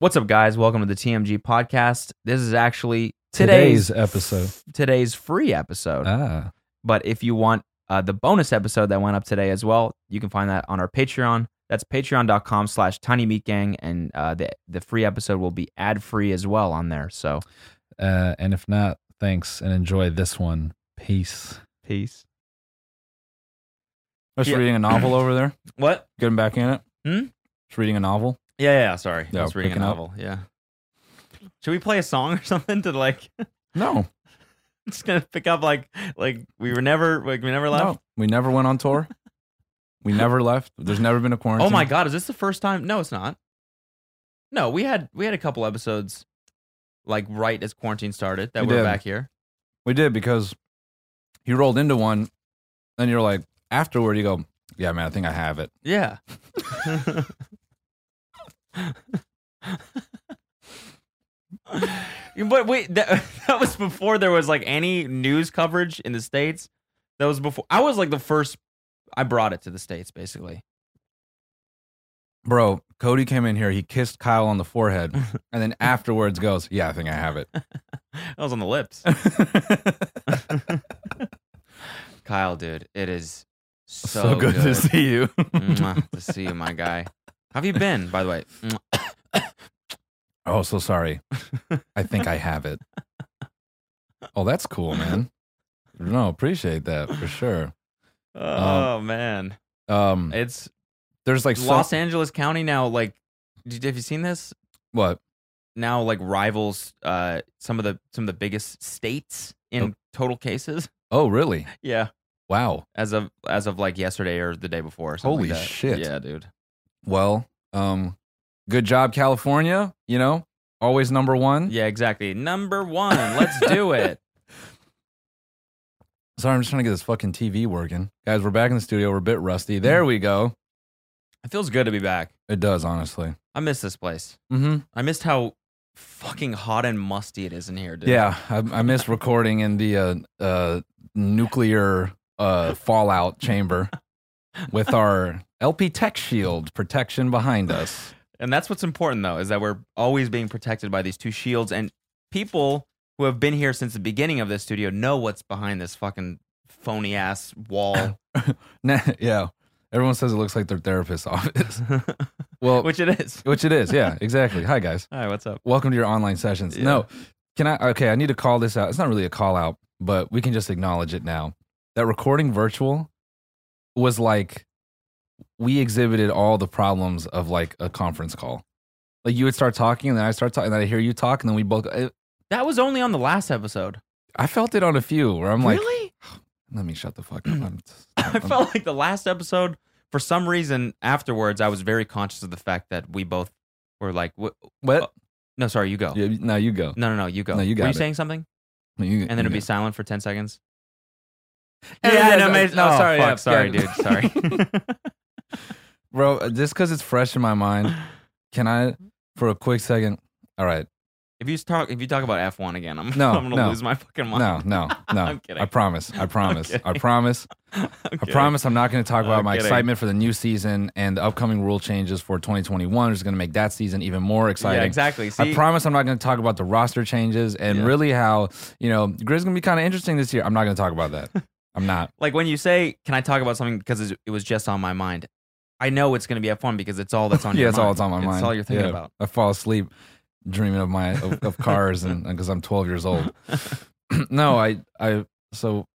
What's up, guys? Welcome to the TMG podcast. This is actually today's Today's episode. today's free episode. Uh. Ah, but if you want uh, the bonus episode that went up today as well, you can find that on our Patreon. That's patreon.com slash tiny meat gang. And uh, the, the free episode will be ad free as well on there. So uh, and if not, thanks and enjoy this one. Peace. peace. I was Yeah. Oh, reading a novel over there. What? Getting back in it. Hmm? Just reading a novel. Yeah, yeah, sorry. Yeah, I was reading a picking up. novel. Yeah. Should we play a song or something to like, No, it's going to pick up like, like we were never, like we never no, we never went on tour. we never left. There's never been a quarantine. Oh my god, is this the first time? No, it's not. No, we had we had a couple episodes like right as quarantine started that We we are did. back here. we did because you rolled into one, and you're like, afterward, you go, yeah, man, I think I have it. Yeah. but wait, that, that was before there was like any news coverage in the states. That was before I was like the first I brought it to the states basically. Bro, Cody came in here. He kissed Kyle on the forehead, and then afterwards goes, yeah, I think I have it. I was on the lips. Kyle, dude, it is so, Mm-hmm. so good, to see you. Mm-hmm. Mwah, to see you, my guy. How have you been, by the way? Mwah. oh, so sorry. I think I have it. Oh, that's cool, man. No, appreciate that for sure. Oh man, Um, it's there's like some- Los Angeles County now. Like, did, have you seen this? what? Now, like rivals uh, some of the some of the biggest states in Oh. total cases. Oh, really? Yeah, Wow. as of as of like yesterday or the day before. or something Holy like that. shit. Yeah, dude. Well, um, good job, California. You know, always number one. Yeah, exactly. Number one. Let's do it. Sorry, I'm just trying to get this fucking TV working, guys. We're back in the studio. We're a bit rusty. There we go. It feels good to be back. It does, honestly. I miss this place. Mm-hmm. I missed how fucking hot and musty it is in here, dude. Yeah, I, I miss recording in the uh, uh, nuclear uh, fallout chamber with our LP Tech Shield protection behind us. And that's what's important, though, is that we're always being protected by these two shields. And people who have been here since the beginning of this studio know what's behind this fucking phony ass wall, Nah, yeah, everyone says it looks like their therapist's office. Well, which it is. which it is. Yeah, exactly. Hi, guys. Hi, what's up? Welcome to your online sessions. Yeah. No, can I? Okay, I need to call this out. It's not really a call out, but we can just acknowledge it now. That recording virtual was like we exhibited all the problems of like a conference call. Like you would start talking, and then I start talking, and then I hear you talk, and then we both. I, That was only on the last episode. I felt it on a few where I'm like, uh-uh. really? let me shut the fuck up. I'm, I felt like the last episode, for some reason, afterwards, I was very conscious of the fact that we both were like, what? what? No, sorry, you go. Yeah, now you go. No, no, no, you go. No, you were got you it. saying something? You- And then you it'd be go. silent for 10 seconds. Yeah, yeah, yeah, no, oh, no, sorry, "Oh, sorry, yeah, sorry, yeah. dude, sorry. bro. Just because it's fresh in my mind, can I for a quick second? All right. If you talk, if you talk about F one again, I'm, No, I'm gonna no. lose my fucking mind. No, no, no. I'm kidding. I promise. I promise. I kidding. promise. I'm I kidding. promise I'm not going to talk about I'm my kidding. excitement for the new season and the upcoming rule changes for 2021, which is going to make that season even more exciting. Yeah, exactly. See, I promise I'm not going to talk about the roster changes and Yeah. really how, you know, Grizz going to be kind of interesting this year. I'm not going to talk about that. I'm not. like when you say, "Can I talk about something?" Because it was just on my mind. I know it's gonna be F one because it's all that's on. yeah, your that's all that's on my It's mind. all you're thinking Yeah. about. I fall asleep dreaming of my of, of cars and because I'm 12 years old. no, I I so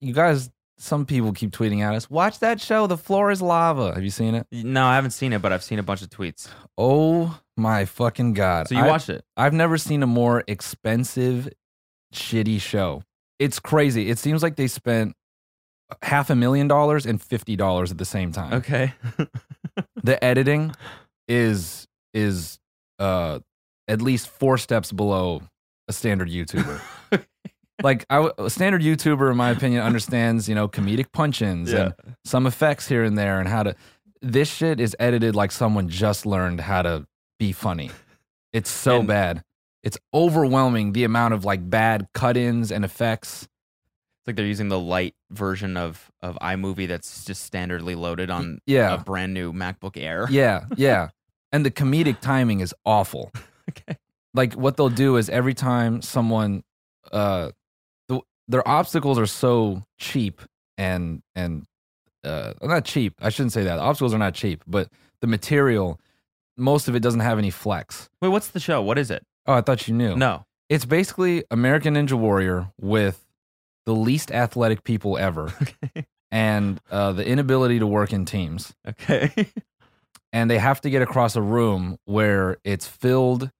you guys. Some people keep tweeting at us. Watch that show, The Floor is Lava. Have you seen it? No, I haven't seen it, but I've seen a bunch of tweets. Oh my fucking god! So you I, watched it? I've never seen a more expensive, shitty show. It's crazy. It seems like they spent half a million dollars and fifty dollars at the same time. Okay. the editing is is uh at least four steps below a standard YouTuber. like I w- a standard YouTuber, in my opinion, understands you know comedic punch-ins and some effects here and there, and how to. This shit is edited like someone just learned how to be funny. It's so And- bad. It's overwhelming the amount of like bad cut-ins and effects. It's like they're using the light version of of iMovie that's just standardly loaded on Yeah, a brand new MacBook Air. Yeah, yeah. And the comedic timing is awful. Okay. Like what they'll do is every time someone uh the, their obstacles are so cheap and and uh not cheap. I shouldn't say that. Obstacles are not cheap, but the material most of it doesn't have any flex. Wait, what's the show? What is it? Oh, I thought you knew. No. It's basically American Ninja Warrior with the least athletic people ever Okay. and uh, the inability to work in teams Okay. and they have to get across a room where it's filled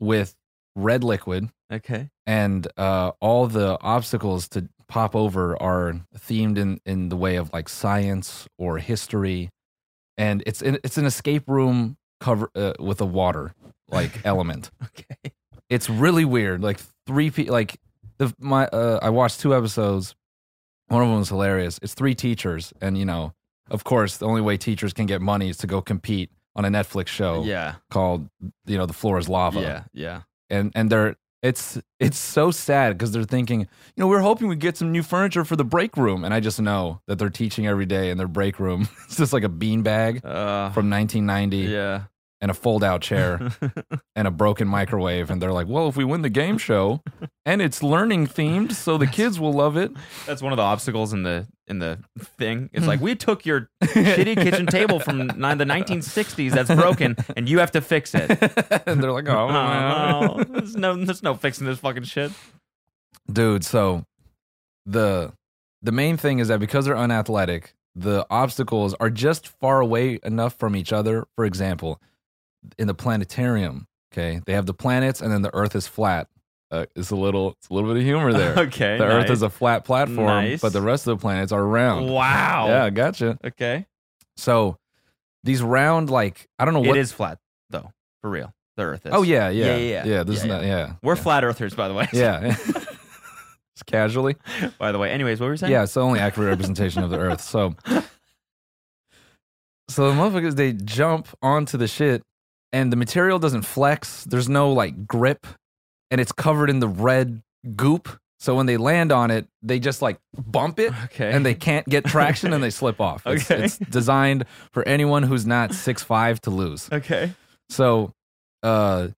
with red liquid okay. and uh, all the obstacles to pop over are themed in, in the way of like science or history and it's in, it's an escape room cover uh, with a water like element Okay. it's really weird like three pe- like the my uh, i watched two episodes one of them was hilarious it's three teachers and you know of course the only way teachers can get money is to go compete on a netflix show Yeah. called you know the floor is lava Yeah. Yeah. and and they're it's it's so sad because they're thinking you know we're hoping we get some new furniture for the break room and i just know that they're teaching every day in their break room it's just like a beanbag Uh, from 1990 yeah. and a fold out chair and a broken microwave and they're like well if we win the game show and it's learning themed so the kids will love it That's one of the obstacles in the in the thing. It's Hmm. like we took your shitty kitchen table from nine, the 1960s that's broken, and you have to fix it. and they're like oh, Oh, no. There's no there's no fixing this fucking shit. dude so the the main thing is that because they're unathletic the obstacles are just far away enough from each other for example in the planetarium okay they have the planets and then the earth is flat uh, it's a little it's a little bit of humor there Okay. the earth is a flat platform Nice. but the rest of the planets are round Wow. yeah gotcha Okay. so these round like i don't know what It is flat though, for real. The Earth is. oh yeah Yeah, yeah yeah, yeah. this is Yeah, not yeah We're flat Earthers, by the way. yeah just casually by the way. Anyways, what were you saying? Yeah, it's the only accurate representation of the Earth. So, so the motherfuckers they jump onto the shit, and the material doesn't flex. There's no like grip, and it's covered in the red goop. So when they land on it, they just like bump it, Okay. and they can't get traction, and they slip off. It's, Okay. it's designed for anyone who's not six five to lose. Okay. So, uh,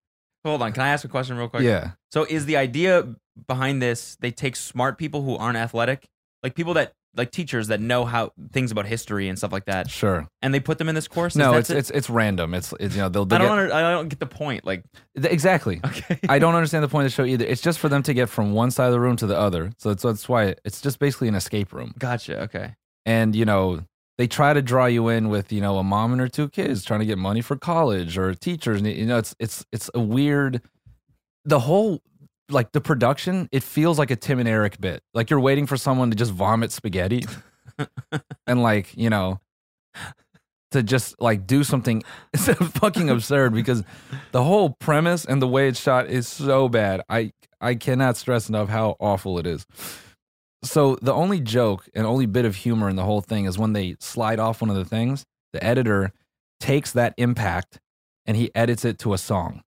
Hold on. Can I ask a question real quick? yeah, So is the idea behind this they take smart people who aren't athletic, like people that like teachers that know how things about history and stuff like that, sure. and they put them in this course? Is No, that it's it? it's it's random. It's, it's you know they'll, I they'll don't get, under- I don't get the point. Like exactly. okay. I don't understand the point of the show either. It's just for them to get from one side of the room to the other. So that's, that's why it's just basically an escape room. gotcha. Okay. And, you know, they try to draw you in with, you know, a mom and her two kids trying to get money for college or teachers. And, you know, it's, it's, it's a weird, the whole, like the production, it feels like a Tim and Eric bit. Like you're waiting for someone to just vomit spaghetti and, like, you know, to just like do something it's fucking absurd because the whole premise and the way it's shot is so bad. I I cannot stress enough how awful it is. So the only joke and only bit of humor in the whole thing is when they slide off one of the things, the editor takes that impact and he edits it to a song.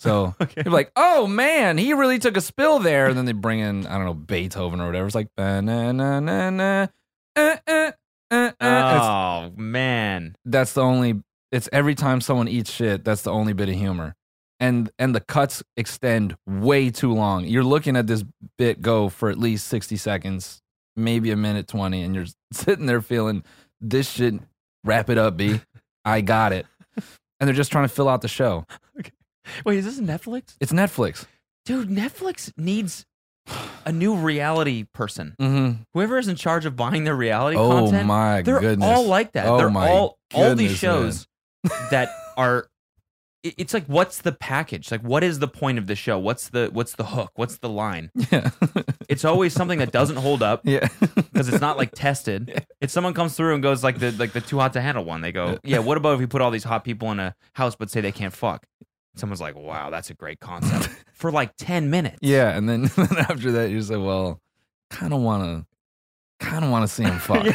So Okay. you're like, oh man, he really took a spill there. And then they bring in, I don't know, Beethoven or whatever. It's like, "Ba-na-na-na-na, uh, uh, uh, uh." It's- Oh man. that's the only it's every time someone eats shit that's the only bit of humor and and the cuts extend way too long you're looking at this bit go for at least 60 seconds maybe a minute 20 and you're sitting there feeling this shit wrap it up b i got it and they're just trying to fill out the show Wait, is this Netflix? it's netflix Dude, Netflix needs a new reality person. mm-hmm. Whoever is in charge of buying their reality oh content, my they're goodness all like that. Oh they're my all all these shows goodness, that are. it- It's like, what's the package? Like, what is the point of the show? What's the what's the hook? What's the line? yeah It's always something that doesn't hold up yeah because it's not like tested. If someone comes through and goes like the like the too hot to handle one, they go, yeah. What about if we put all these hot people in a house but say they can't fuck? Someone's like, wow, that's a great concept for like 10 minutes. Yeah, and then, then after that, you say, "Well, kind of want to, kind of want to see him fuck."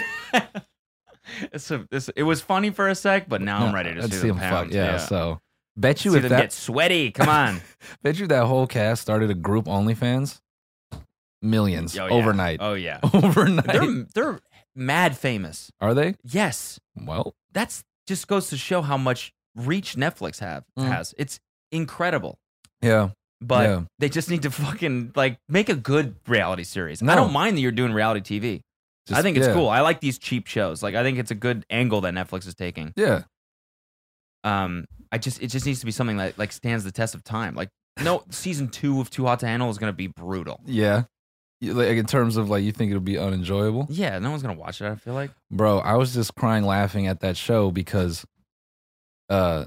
It's a, it's, it was funny for a sec, but now I'm ready to I'd see, them pound. Yeah, so bet you See if them that get sweaty. Come on. bet you that whole cast started a group OnlyFans, millions Oh, yeah. overnight. Oh, yeah. overnight, They're, they're mad famous. are they? Yes. Well, That's just goes to show how much reach Netflix have Mm. has. It's incredible. yeah, But yeah. they just need to fucking like make a good reality series. No. I don't mind that you're doing reality TV. I Just- think it's yeah, cool. I like these cheap shows. Like I think it's a good angle that Netflix is taking. Yeah, Um, I just it just needs to be something that like stands the test of time. Like no season two of Too Hot to Handle is gonna be brutal. yeah. You- Like in terms of like, you think it'll be unenjoyable? Yeah, no one's gonna watch it. I feel like bro i was just crying laughing at that show because uh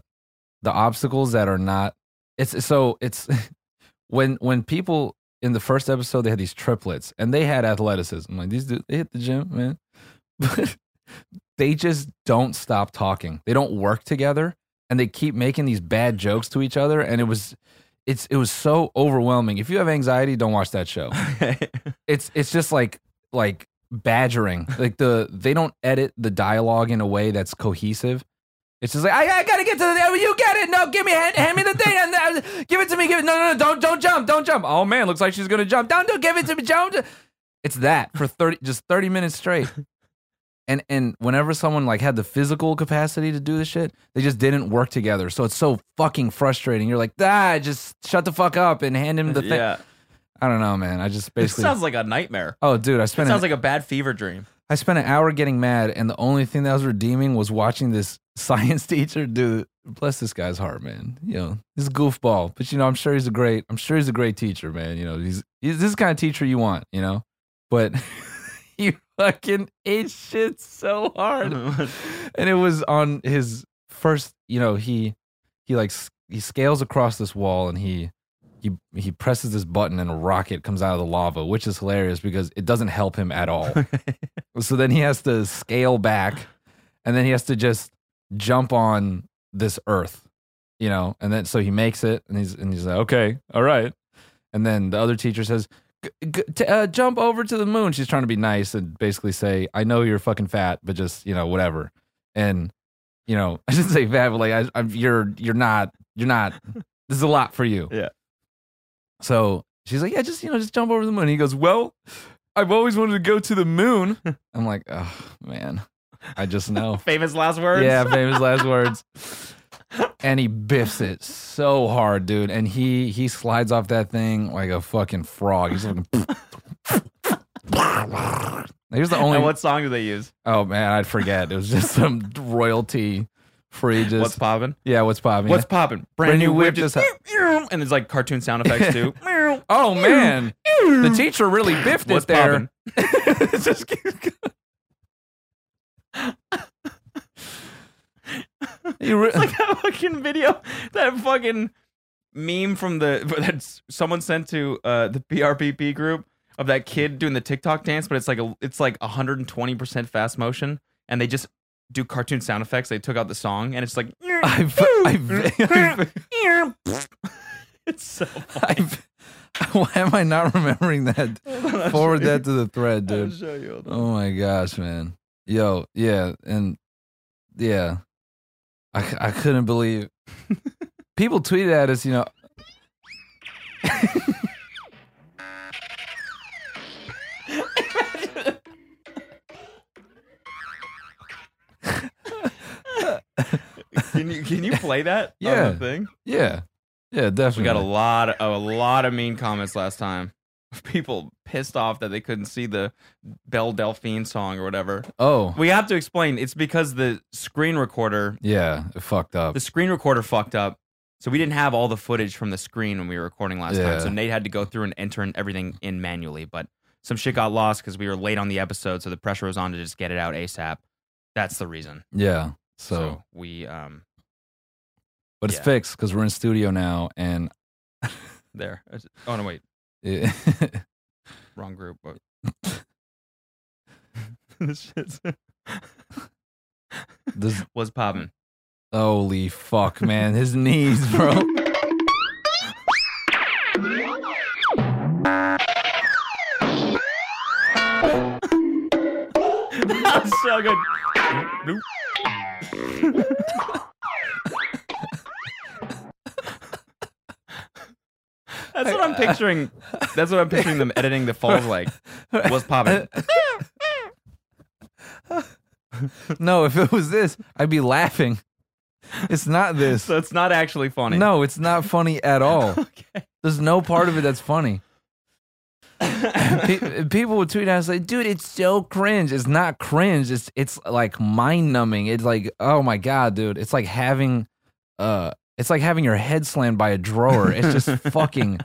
the obstacles that are not it's so it's when when people in the first episode they had these triplets and they had athleticism like these dudes they hit the gym man but they just don't stop talking they don't work together and they keep making these bad jokes to each other and it was it's it was so overwhelming if you have anxiety don't watch that show it's it's just like like badgering. Like the they don't edit the dialogue in a way that's cohesive. It's just like I, I gotta get to the oh, you get it. No, give me hand, hand me the thing and uh, give it to me. Give it no no no don't don't jump don't jump. Oh man, looks like she's gonna jump. Don't do give it to me. Jump. It's that for thirty just thirty minutes straight. And and whenever someone like had the physical capacity to do this shit, they just didn't work together. So it's so fucking frustrating. You're like, ah, just shut the fuck up and hand him the thing. yeah, I don't know, man. I just it basically sounds like a nightmare. Oh, dude, I It spent an, sounds like a bad fever dream. I spent an hour getting mad, and the only thing that was redeeming was watching this science teacher do. Bless this guy's heart, man. You know, he's a goofball, but you know, I'm sure he's a great. I'm sure he's a great teacher, man. You know, he's, he's this is the kind of teacher you want, you know. But he fucking ate shit so hard, and it was on his first. You know, he he like s- he scales across this wall, and he. He, he presses this button and a rocket comes out of the lava, which is hilarious because it doesn't help him at all. So then he has to scale back and then he has to just jump on this earth, you know? And then so he makes it and he's, and he's like, okay, all right. And then the other teacher says, "G- g- t- uh, jump over to the moon. She's trying to be nice and basically say, I know you're fucking fat, but just, you know, whatever. And, you know, I shouldn't say fat, but like, I, I'm, you're, you're not, you're not, this is a lot for you. Yeah. So she's like, yeah, just, you know, just jump over the moon. He goes, well, I've always wanted to go to the moon. I'm like, oh man, I just know. Famous last words. yeah, famous last words. And he biffs it so hard, dude. And he he slides off that thing like a fucking frog. He's fucking. Here's the only. And what song do they use? oh man, I'd forget. It was just some royalty free. Just What's poppin'? yeah, what's popping? What's poppin'? Brand, new whip. Just, and there's like cartoon sound effects too. oh man, the teacher really biffed What's it there. poppin'? It just keeps going. He re- like that fucking video, that fucking meme from the that s- someone sent to uh, the PRPP group of that kid doing the TikTok dance, but it's like a, it's like 120 percent fast motion, and they just do cartoon sound effects. They took out the song, and it's like I, v- I, v- I, v- it's so I v- why am I not remembering that? Forward that to the thread, dude. Oh my gosh, man. Yo, yeah, and yeah, I, c- I couldn't believe people tweeted at us. You know, Can you can you play that? Yeah. on the thing. yeah, yeah, definitely. We got a lot of, a lot of mean comments last time. People pissed off that they couldn't see the Belle Delphine song or whatever. oh, We have to explain. It's because the screen recorder, yeah, it fucked up. the screen recorder fucked up. So we didn't have all the footage from the screen when we were recording last Yeah. time. So Nate had to go through and enter in everything in manually. But some shit got lost because we were late on the episode, so the pressure was on to just get it out ASAP. That's the reason. Yeah, So, so we um But it's Yeah. fixed because we're in studio now, and there. Oh no, wait, it, wrong group. Oh. this shit's this, was popping. holy fuck, man, his knees, bro. all good. That's what I'm picturing. That's what I'm picturing them editing the falls like. What's popping? No, if it was this, I'd be laughing. It's not this. So it's not actually funny. No, it's not funny at all. There's no part of it that's funny. Pe- People would tweet out and say, "Dude, it's so cringe." It's not cringe. It's it's like mind numbing. It's like, oh my god, dude. It's like having, uh, it's like having your head slammed by a drawer. It's just fucking.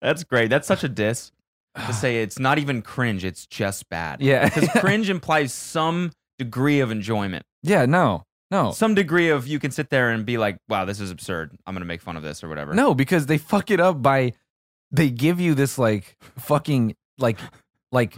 That's great. That's such a diss to say it's not even cringe. It's just bad. Yeah. Because cringe implies some degree of enjoyment, Yeah, no, no, some degree of you can sit there and be like, wow, this is absurd. I'm going to make fun of this or whatever. no, because they fuck it up by they give you this like fucking like like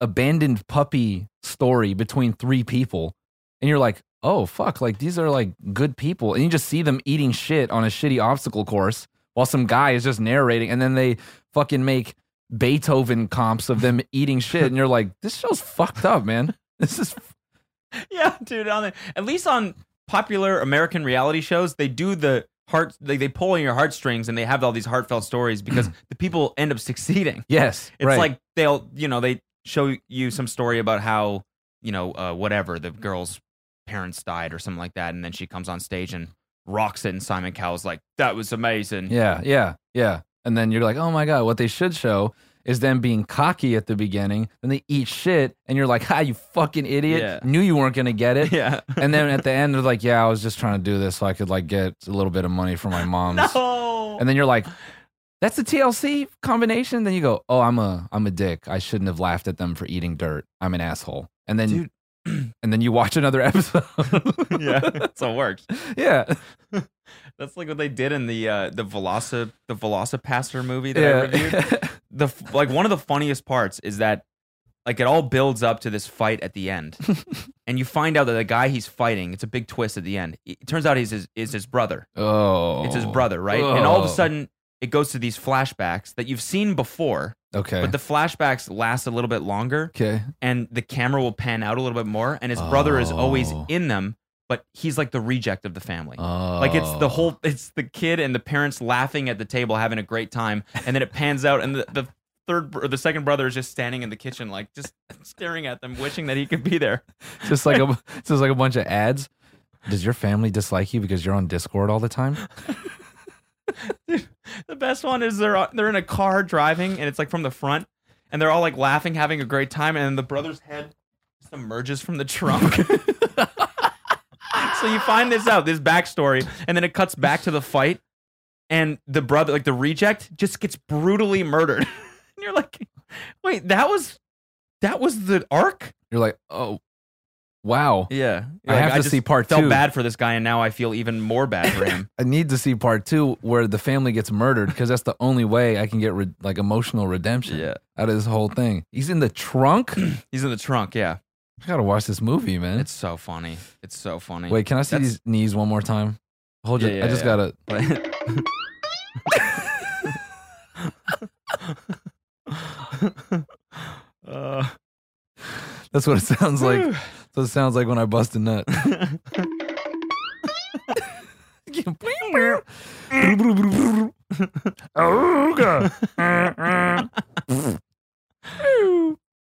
abandoned puppy story between three people, and you're like, oh fuck, like these are like good people, and you just see them eating shit on a shitty obstacle course while some guy is just narrating, and then they fucking make Beethoven comps of them eating shit, and you're like, this show's fucked up, man. This is Yeah, dude. On the, at least on popular American reality shows, they do the heart. They, they pull on your heartstrings and they have all these heartfelt stories because the people end up succeeding. yes, It's right. like they'll, you know, they show you some story about how, you know, uh, whatever the girl's parents died or something like that, and then she comes on stage and rocks it, and Simon Cowell's like, "That was amazing." Yeah, yeah, yeah. And then you're like, oh my god, what they should show is them being cocky at the beginning. Then they eat shit, and you're like, ha, you fucking idiot! Yeah. Knew you weren't gonna get it. yeah. And then at the end, they're like, yeah, I was just trying to do this so I could like get a little bit of money for my mom's. No. And then you're like, that's a TLC combination. Then you go, oh, I'm a I'm a dick. I shouldn't have laughed at them for eating dirt. I'm an asshole. And then. Dude. And then you watch another episode. yeah, that's how it works. yeah, That's like what they did in the uh, the Veloci the Velocipaster movie that I reviewed. yeah. the f- like one of the funniest parts is that like it all builds up to this fight at the end and you find out that the guy he's fighting it's a big twist at the end it it turns out he's his, is his brother oh, it's his brother right and all of a Oh. sudden it goes to these flashbacks that you've seen before Okay. but the flashbacks last a little bit longer okay. and the camera will pan out a little bit more and his brother is always Oh. in them but he's like the reject of the family like it's the Oh. whole it's the kid and the parents laughing at the table having a great time and then it pans out and the, the third br- or the second brother is just standing in the kitchen like just staring at them wishing that he could be there just like a just like a bunch of ads. Does your family dislike you because you're on Discord all the time? the best one is they're they're in a car driving and it's like from the front and they're all like laughing having a great time and then the brother's head just emerges from the trunk so you find this out this backstory and then it cuts back to the fight and the brother like the reject just gets brutally murdered and you're like wait that was that was the arc You're like, oh, wow. yeah I have to see part felt two. bad for this guy and now i feel even more bad for him I need to see part two where the family gets murdered because that's the only way I can get re- like emotional redemption out of this whole thing. He's in the trunk. I he's in the trunk yeah gotta watch this movie, man. it's so funny it's so funny Wait, can I see That's- these knees one more time? Hold Yeah, your. yeah, I just yeah. gotta. But- uh, That's what it sounds like. Whew. so it sounds like when I bust a nut.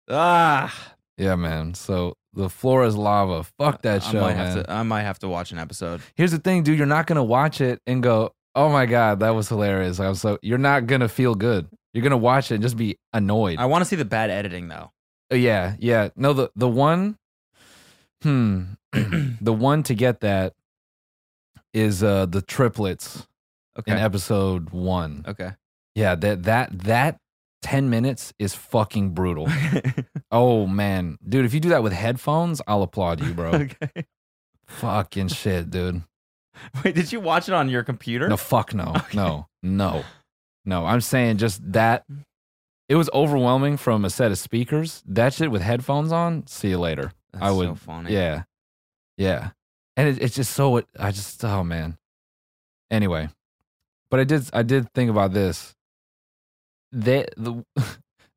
ah, yeah, man. So the floor is lava. Fuck that I show, might man. have to. I might have to watch an episode. here's the thing, dude. You're not gonna watch it and go, "Oh my god, that was hilarious." I'm so you're not gonna feel good. You're gonna watch it and just be annoyed. I want to see the bad editing though. Uh, yeah, yeah. No, the the one, hmm, the one to get that is uh the triplets Okay. in episode one. okay. Yeah, that that that ten minutes is fucking brutal. oh man, dude, if you do that with headphones, I'll applaud you, bro. okay. fucking shit, dude. Wait, did you watch it on your computer? No, fuck no, no, no, no. I'm saying just that. It was overwhelming from a set of speakers. That shit with headphones on. See you later. That's I So would- funny. Yeah, yeah. And it, it's just so. I just. Oh man. Anyway, but I did. I did think about this. They the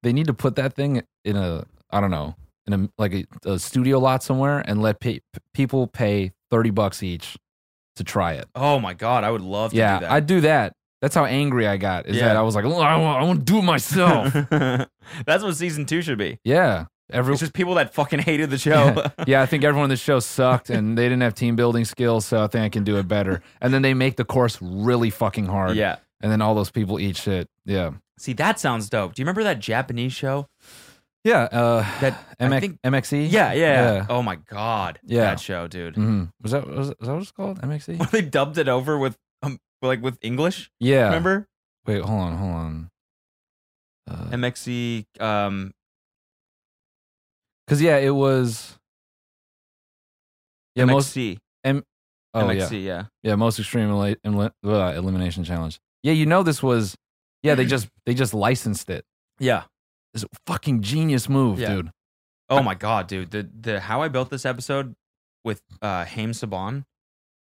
they need to put that thing in a. I don't know. in a like a, a studio lot somewhere and let pe- people pay thirty bucks each to try it. Oh my god, I would love to yeah, do I'd that. do that. That's how angry I got. Is Yeah. that I was like, "Ugh, I want, I want to do it myself. That's what season two should be. yeah, every It's just people that fucking hated the show. yeah, I think everyone in the show sucked and they didn't have team building skills, so I think I can do it better. And then they make the course really fucking hard. yeah. And then all those people eat shit. Yeah. See, that sounds dope. Do you remember that Japanese show? Yeah. Uh, That- I MX, think- MXE? Yeah, yeah. E? Yeah. Oh my god. Yeah. That show, dude. Mhm. Was, that, was, that- was that what it's called? E? MXE? When they dubbed it over with um like with English, Yeah. remember? Wait, hold on, hold on. Uh, Because, MXE um yeah, it was. Yeah, most. MXC. Oh, yeah. MXC, yeah. Yeah, most extreme Eli- Eli- uh, elimination challenge. Yeah, you know this was. Yeah, they just they just licensed it. Yeah. It's a fucking genius move, Yeah. dude. Oh my god, dude. The the how I built this episode with uh Haim Saban,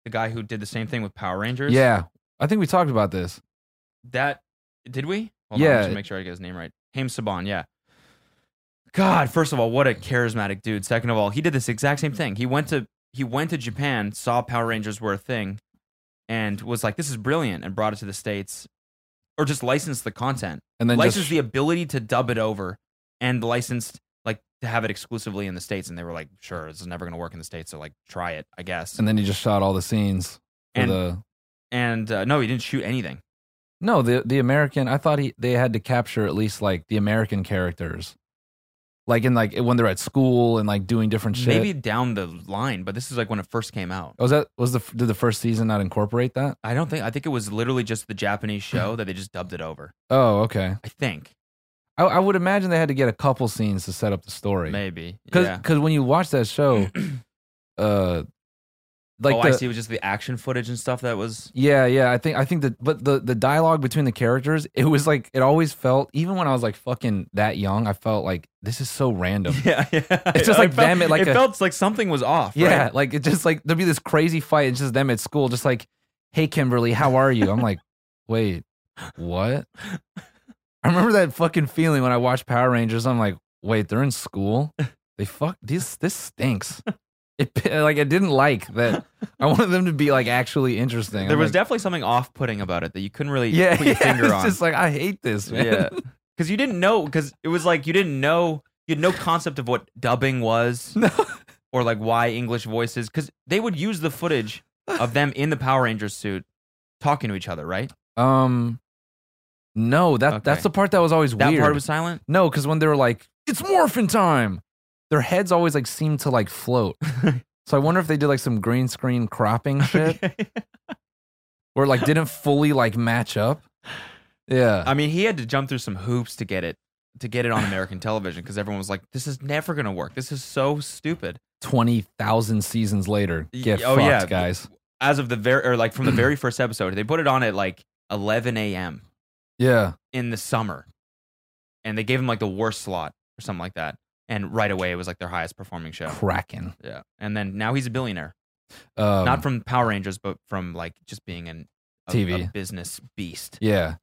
the guy who did the same thing with Power Rangers. Yeah, I think we talked about this. That did we? Yeah. on, I should make sure I get his name right. Haim Saban, yeah. God, first of all, what a charismatic dude. Second of all, he did this exact same thing. He went to he went to Japan, saw Power Rangers were a thing, and was like, "This is brilliant," and brought it to the states, or just licensed the content, And then licensed just the ability to dub it over, and licensed like to have it exclusively in the states. And they were like, "Sure, this is never going to work in the states, so like try it, I guess." and then he just shot all the scenes for And- the And uh, no, he didn't shoot anything. no the the American. I thought he they had to capture at least like the American characters, like in like when they're at school and like doing different shit. Oh. Maybe down the line, but this is like when it first came out. was that was the did the first season not incorporate that? I don't think. I think it was literally just the Japanese show that they just dubbed it over. Oh, okay. I think I, I would imagine they had to get a couple scenes to set up the story. maybe. Because yeah. when you watch that show, uh, like oh, the, I see. It was just the action footage and stuff that was. Yeah, yeah. I think I think that but the the dialogue between the characters, it was like it always felt even when I was like fucking that young, I felt like this is so random. Yeah, yeah. It's just I like felt- them at like it a- felt like something was off. yeah, right? like it just like there'd be this crazy fight. It's just them at school, just like, hey Kimberly, how are you? I'm like, wait, what? I remember that fucking feeling when I watched Power Rangers. I'm like, wait, they're in school. They fuck this. This stinks. It like I didn't like that. I wanted them to be like actually interesting. There I'm was like, definitely something off-putting about it that you couldn't really yeah, put your yeah, finger it's on. just like I hate this, man. yeah, because you didn't know. Because it was like you didn't know. You had no concept of what dubbing was, No. or like why English voices. Because they would use the footage of them in the Power Rangers suit talking to each other. Right? Um, no, that Okay. that's the part that was always That weird. part was silent. no, because when they were like, "It's morphin' time," their heads always like seemed to like float. so I wonder if they did like some green screen cropping shit, or like didn't fully like match up. Yeah, I mean, he had to jump through some hoops to get it to get it on American television because everyone was like, "This is never gonna work. This is so stupid." twenty thousand seasons later, Y- get oh, fucked, yeah. guys. As of the very or like from the very first episode, they put it on at like 11 a.m. Yeah, in the summer, and they gave him like the worst slot or something like that. And right away, it was like their highest performing show. Kraken. Yeah, and then now he's a billionaire, Um, not from Power Rangers, but from like just being an a, a TV. business beast. yeah,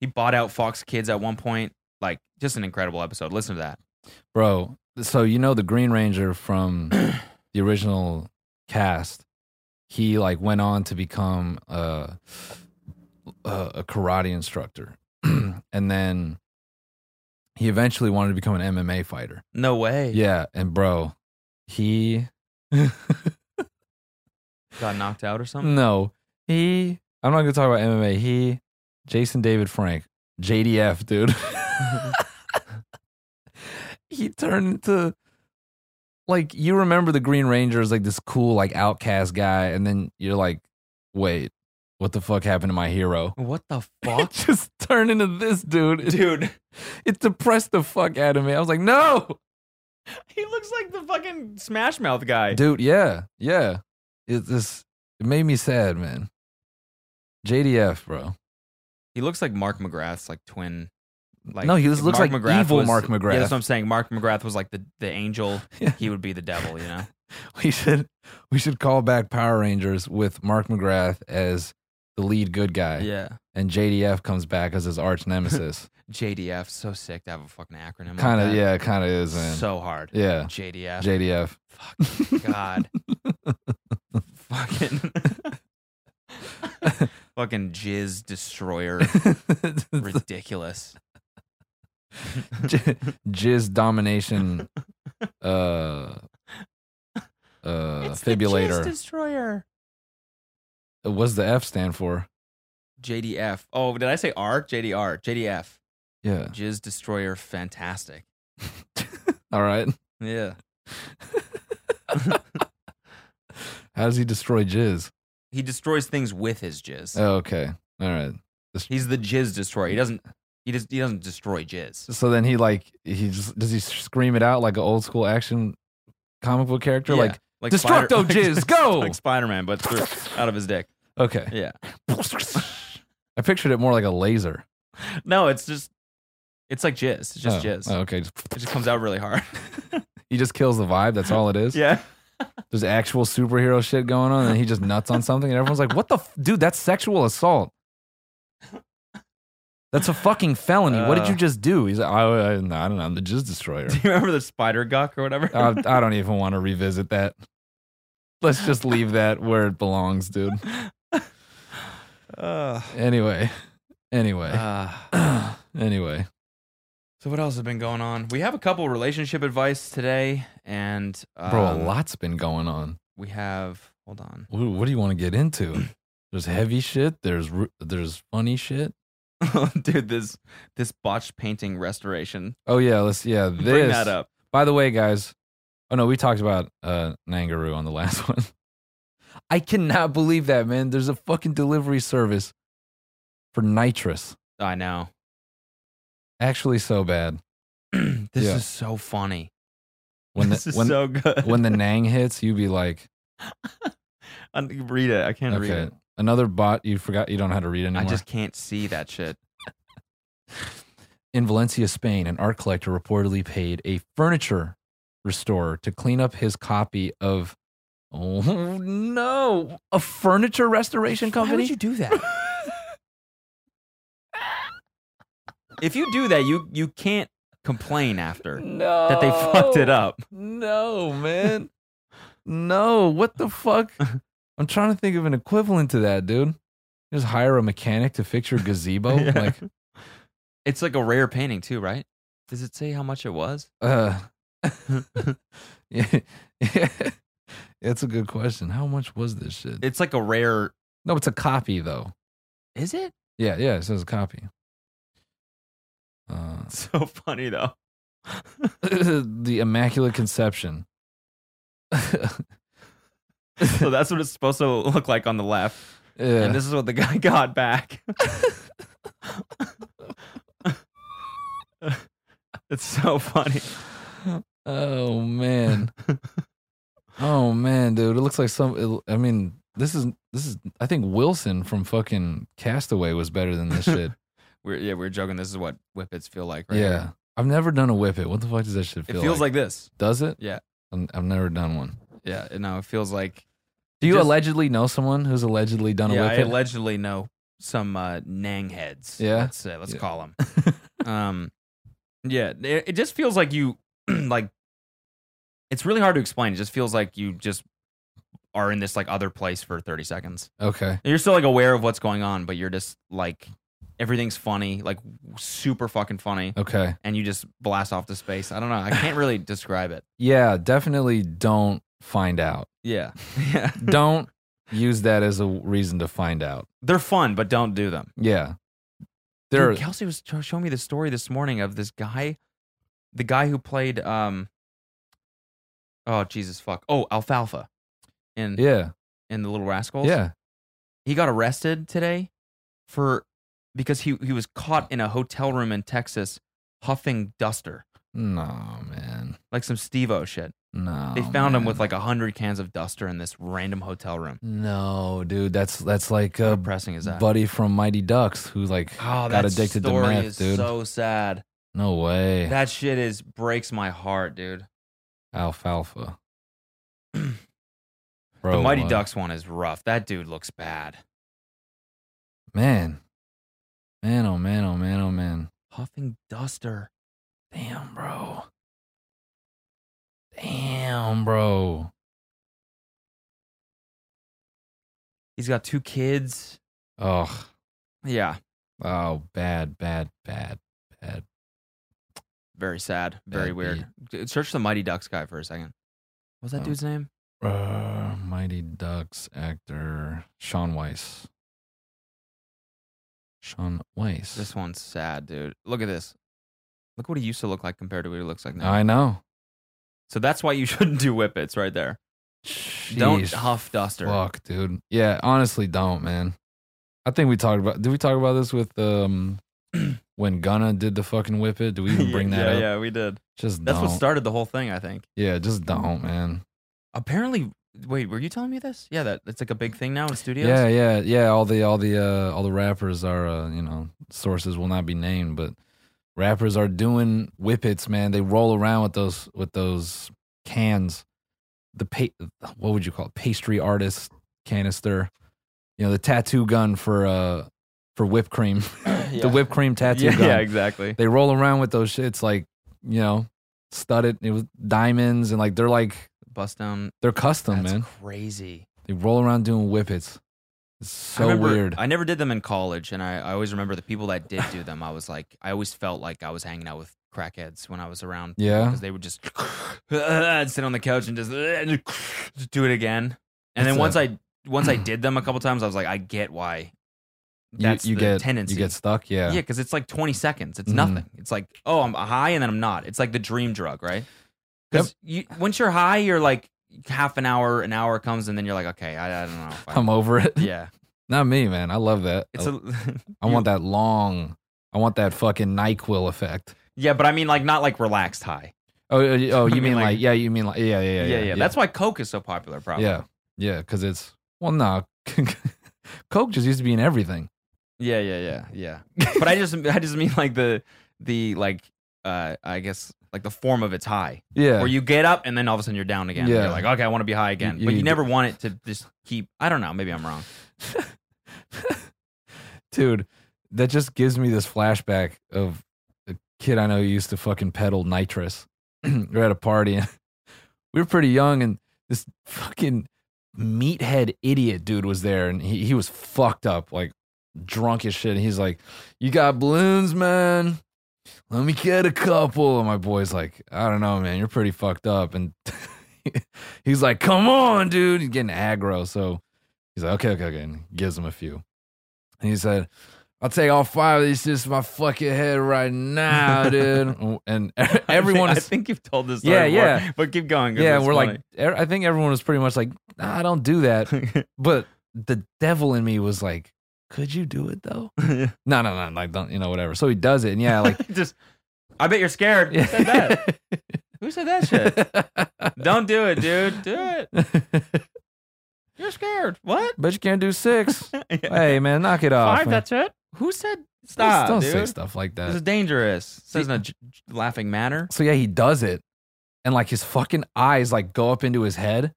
He bought out Fox Kids at one point. Like, just an incredible episode. Listen to that. Bro, so you know the Green Ranger from the original cast, he like went on to become a a, a karate instructor, and then he eventually wanted to become an MMA fighter. No way. Yeah, and bro, he Got knocked out or something. no he. I'm not gonna talk about MMA. He, Jason David Frank, JDF, dude. he turned into like you remember the Green Ranger as like this cool like outcast guy, and then you're like, wait, what the fuck happened to my hero? What the It fuck? just turned into this dude. It, Dude, it depressed the fuck out of me. I was like, no, he looks like the fucking Smash Mouth guy. dude, yeah, yeah. It just it made me sad, man. JDF, bro. He looks like Mark McGrath's like twin. Like No, he if looks like evil Mark McGrath. Yeah, that's what I'm saying. Mark McGrath was like the, the angel. Yeah. He would be the devil, you know. We should we should call back Power Rangers with Mark McGrath as the lead good guy, Yeah. and JDF comes back as his arch nemesis. JDF. So sick to have a fucking acronym. kind like of, that. yeah, kind of is, man. So hard. yeah, JDF. JDF. Fucking God. fucking. fucking jizz destroyer. Ridiculous. J- jizz domination, uh, uh, jizz fibulator. destroyer. What's the F stand for? JDF. Oh, did I say R? JDR. JDF. Yeah. Jizz destroyer. Fantastic. All right. Yeah. How does he destroy jizz? He destroys things with his jizz. Oh, okay. All right. He's the jizz destroyer. He doesn't. He just. He doesn't destroy jizz. So then he like he just does he scream it out like an old school action comic book character Yeah. like Like Destructo Spider- like- jizz, go! Like Spider Man, but through, out of his dick. okay. Yeah. I pictured it more like a laser. No, it's just. It's like jizz. It's just Oh. jizz. Oh, okay. Just- It just comes out really hard. He just kills the vibe. That's all it is. yeah. There's actual superhero shit going on, and he just nuts on something, and everyone's like, "What the f- dude? That's sexual assault. That's a fucking felony. what did Uh. you just do?" He's like, "I, I, no, I don't know. I'm the jizz destroyer. Do you remember the spider guck or whatever? I, I don't even want to revisit that. Let's just leave that where it belongs, dude." Uh, Anyway, anyway, ah. anyway. so what else has been going on? We have a couple relationship advice today, and um, Bro, a lot's been going on. We have. Hold on. What, what do you want to get into? There's heavy shit. There's ru- there's funny shit. Dude, this this botched painting restoration. Oh yeah, let's yeah. This Bring that up. By the way, guys. Oh no, we talked about uh Nangaroo on the last one. I cannot believe that, man. There's a fucking delivery service for nitrous. I know. Actually so bad. this Yeah. is so funny. When this the is when, so good. when the Nang hits, you be like, Un- read it. I can't read okay, it. another bot you forgot you don't know how to read anymore. I just can't see that shit. In Valencia, Spain, an art collector reportedly paid a furniture restorer to clean up his copy of. Oh no! A furniture restoration company. do that? if you do that, you you can't complain after no, that they fucked it up. No, man. no, what the fuck? I'm trying to think of an equivalent to that, dude. Just hire a mechanic to fix your gazebo. Yeah. Like, It's like a rare painting too, right? Does it say how much it was? uh, yeah, uh. yeah, it's a good question. How much was this shit? It's like a rare. no, it's a copy though. Is it Yeah, yeah, it says copy. Uh, so funny though? the Immaculate Conception. So that's what it's supposed to look like on the left, Yeah. and this is what the guy got back. it's so funny. oh man. oh man, dude, it looks like some. It, I mean, this is this is. I think Wilson from fucking Castaway was better than this shit. We're yeah, we're joking. This is what whippets feel like, right? Yeah, I've never done a whip it. What the fuck does that shit It feel? feels like this. Does it? Yeah. I'm, I've never done one. Yeah, no, it feels like. Do you Just- allegedly know someone who's allegedly done a Yeah, I whip it? allegedly know some uh, nang heads. Yeah? let's uh, let's Yeah. call them. um, yeah, it, it just feels like you like. It's really hard to explain. It just feels like you just are in this like other place for thirty seconds. okay. You're still like aware of what's going on, but you're just like everything's funny, like super fucking funny, Okay. and you just blast off to space. I don't know. I can't really describe it. Yeah, definitely don't find out. Yeah, yeah. don't use that as a reason to find out. They're fun, but don't do them. Yeah. Dude, There Kelsey was t- showing me the story this morning of this guy, the guy who played um oh Jesus fuck. Oh, Alfalfa in yeah. in The Little Rascals. Yeah. He got arrested today for because he he was caught in a hotel room in Texas huffing duster, No, man. like some Steve-O shit. No. They found him Oh, man. with like a 100 cans of duster in this random hotel room. No, dude, that's that's like a Depressing as that. buddy from Mighty Ducks who like Oh, got that addicted to story meth, is dude. so sad. no way. That shit is breaks my heart, dude. Alfalfa. uh, Bro, the Mighty what? Ducks one is rough. That dude looks bad. Man. Man, oh man, oh man, oh man. Huffing duster. Damn, bro. Damn, bro. He's got two kids. Oh, Yeah. oh, bad, bad, bad, bad. Very sad. Very That'd weird. D- Search the Mighty Ducks guy for a second. What's that Oh. dude's name? Uh, Mighty Ducks actor Sean Weiss. Sean Weiss. This one's sad, dude. Look at this. Look what he used to look like compared to what he looks like now. I know. so that's why you shouldn't do whippets right there. Don't Jeez, huff duster. Fuck, dude. Yeah, honestly, don't, man. I think we talked about. Did we talk about this with um when Gunna did the fucking whip it? Do we even bring yeah, that up? yeah, we did. Just That's don't. what started the whole thing, I think. yeah, just don't, man. Apparently, wait, were you telling me this? Yeah, that it's like a big thing now in studios. Yeah, yeah, yeah. All the all the uh, all the rappers are uh, you know sources will not be named, but rappers are doing whippets, man. They roll around with those with those cans, the pa- what would you call it? pastry artist canister, you know, the tattoo gun for uh for whipped cream, the whipped cream tattoo yeah, gun. yeah, exactly. They roll around with those shits like you know studded it was diamonds and like they're like Bust down. they're custom, That's man. crazy. They roll around doing whippets. It's so I remember, weird. I never did them in college, and I, I always remember the people that did do them. I was like, I always felt like I was hanging out with crackheads when I was around Yeah. because they would just sit on the couch and just, just do it again. And then It's once a- I once I did them a couple times, I was like, I get why. You- That's you the get tendency. You get stuck. Yeah. yeah, because it's like 20 seconds. It's Mhm. nothing. It's like, oh, I'm high and then I'm not. It's like the dream drug, right? Because you once you're high, you're like half an hour, an hour comes, and then you're like, okay, I, I don't know. If I, I'm over it. yeah, Oh. Not me, man. I love that. it's I a I want that long. I want that fucking Nyquil effect. yeah, but I mean like not like relaxed high. Oh, oh, you- oh, I you mean, mean like- like, yeah, you mean like yeah, yeah, yeah, Yeah, yeah. That's why Coke is so popular, probably. yeah, yeah, because it's well, no, Coke just used to be in everything. yeah, yeah, yeah, yeah. but I just I just mean like the the like uh I guess like the form of it's high, Yeah, where you get up and then all of a sudden you're down again. Yeah. You're like, okay, I want to be high again, You- but you you, d- never want it to just keep. I don't know. Maybe I'm wrong. dude, that just gives me this flashback of a kid I know who used to fucking pedal nitrous. we were at a party and we were pretty young, and this fucking meathead idiot dude was there, and he, he was fucked up, like drunk as shit. And he's like, You got balloons, man? Let me get a couple. And my boy's like, I don't know, man, you're pretty fucked up. And he's like, Come on, dude. He's getting aggro. So he's like, Okay, okay, okay. And gives him a few. And he said, I'll take all five of these just my fucking head right now, dude. and everyone I think, is I think you've told this. Yeah, Story before, yeah. But keep going. 'cause yeah, it's we're like, funny. er- I think everyone was pretty much like, nah, don't do that. but the devil in me was like, could you do it though? No, no, no, like don't, you know, whatever. So he does it, and yeah, like, just. I bet you're scared. Who said that? Who said that shit? Don't do it, dude. Do it. You're scared. What? but you can't do six. Yeah. hey, man, knock it off. Five, man. that's it? Oh, Who said Don't- stop? don't dude. say stuff like This is that. dangerous. Says in a j- j- laughing manner. So yeah, he does it, and like his fucking eyes like go up into his head,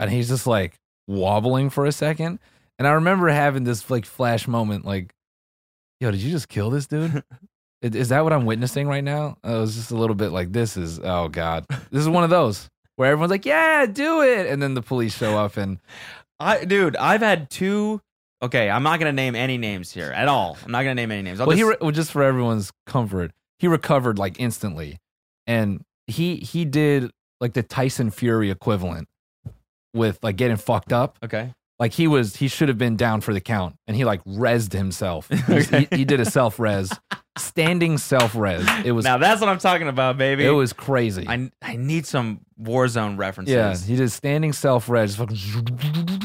and he's just like wobbling for a second. And I remember having this like flash moment, like, yo, did you just kill this dude? I- Is that what I'm witnessing right now? I was just a little bit like, this is, oh God. This is one of those where everyone's like, yeah, do it. And then the police show up and I, dude, I've had two. Okay, I'm not gonna name any names here at all. I'm not gonna name any names. I'll well, he just- re- well, just for everyone's comfort, he recovered like instantly, and he he did like the Tyson Fury equivalent with like getting fucked up. okay. Like he was he should have been down for the count, and he like resed himself. He- Okay. he, he did a self res, standing self res. It was now that's what I'm talking about, baby. it was crazy. I I need some Warzone references. yeah, he did standing self res. Fucking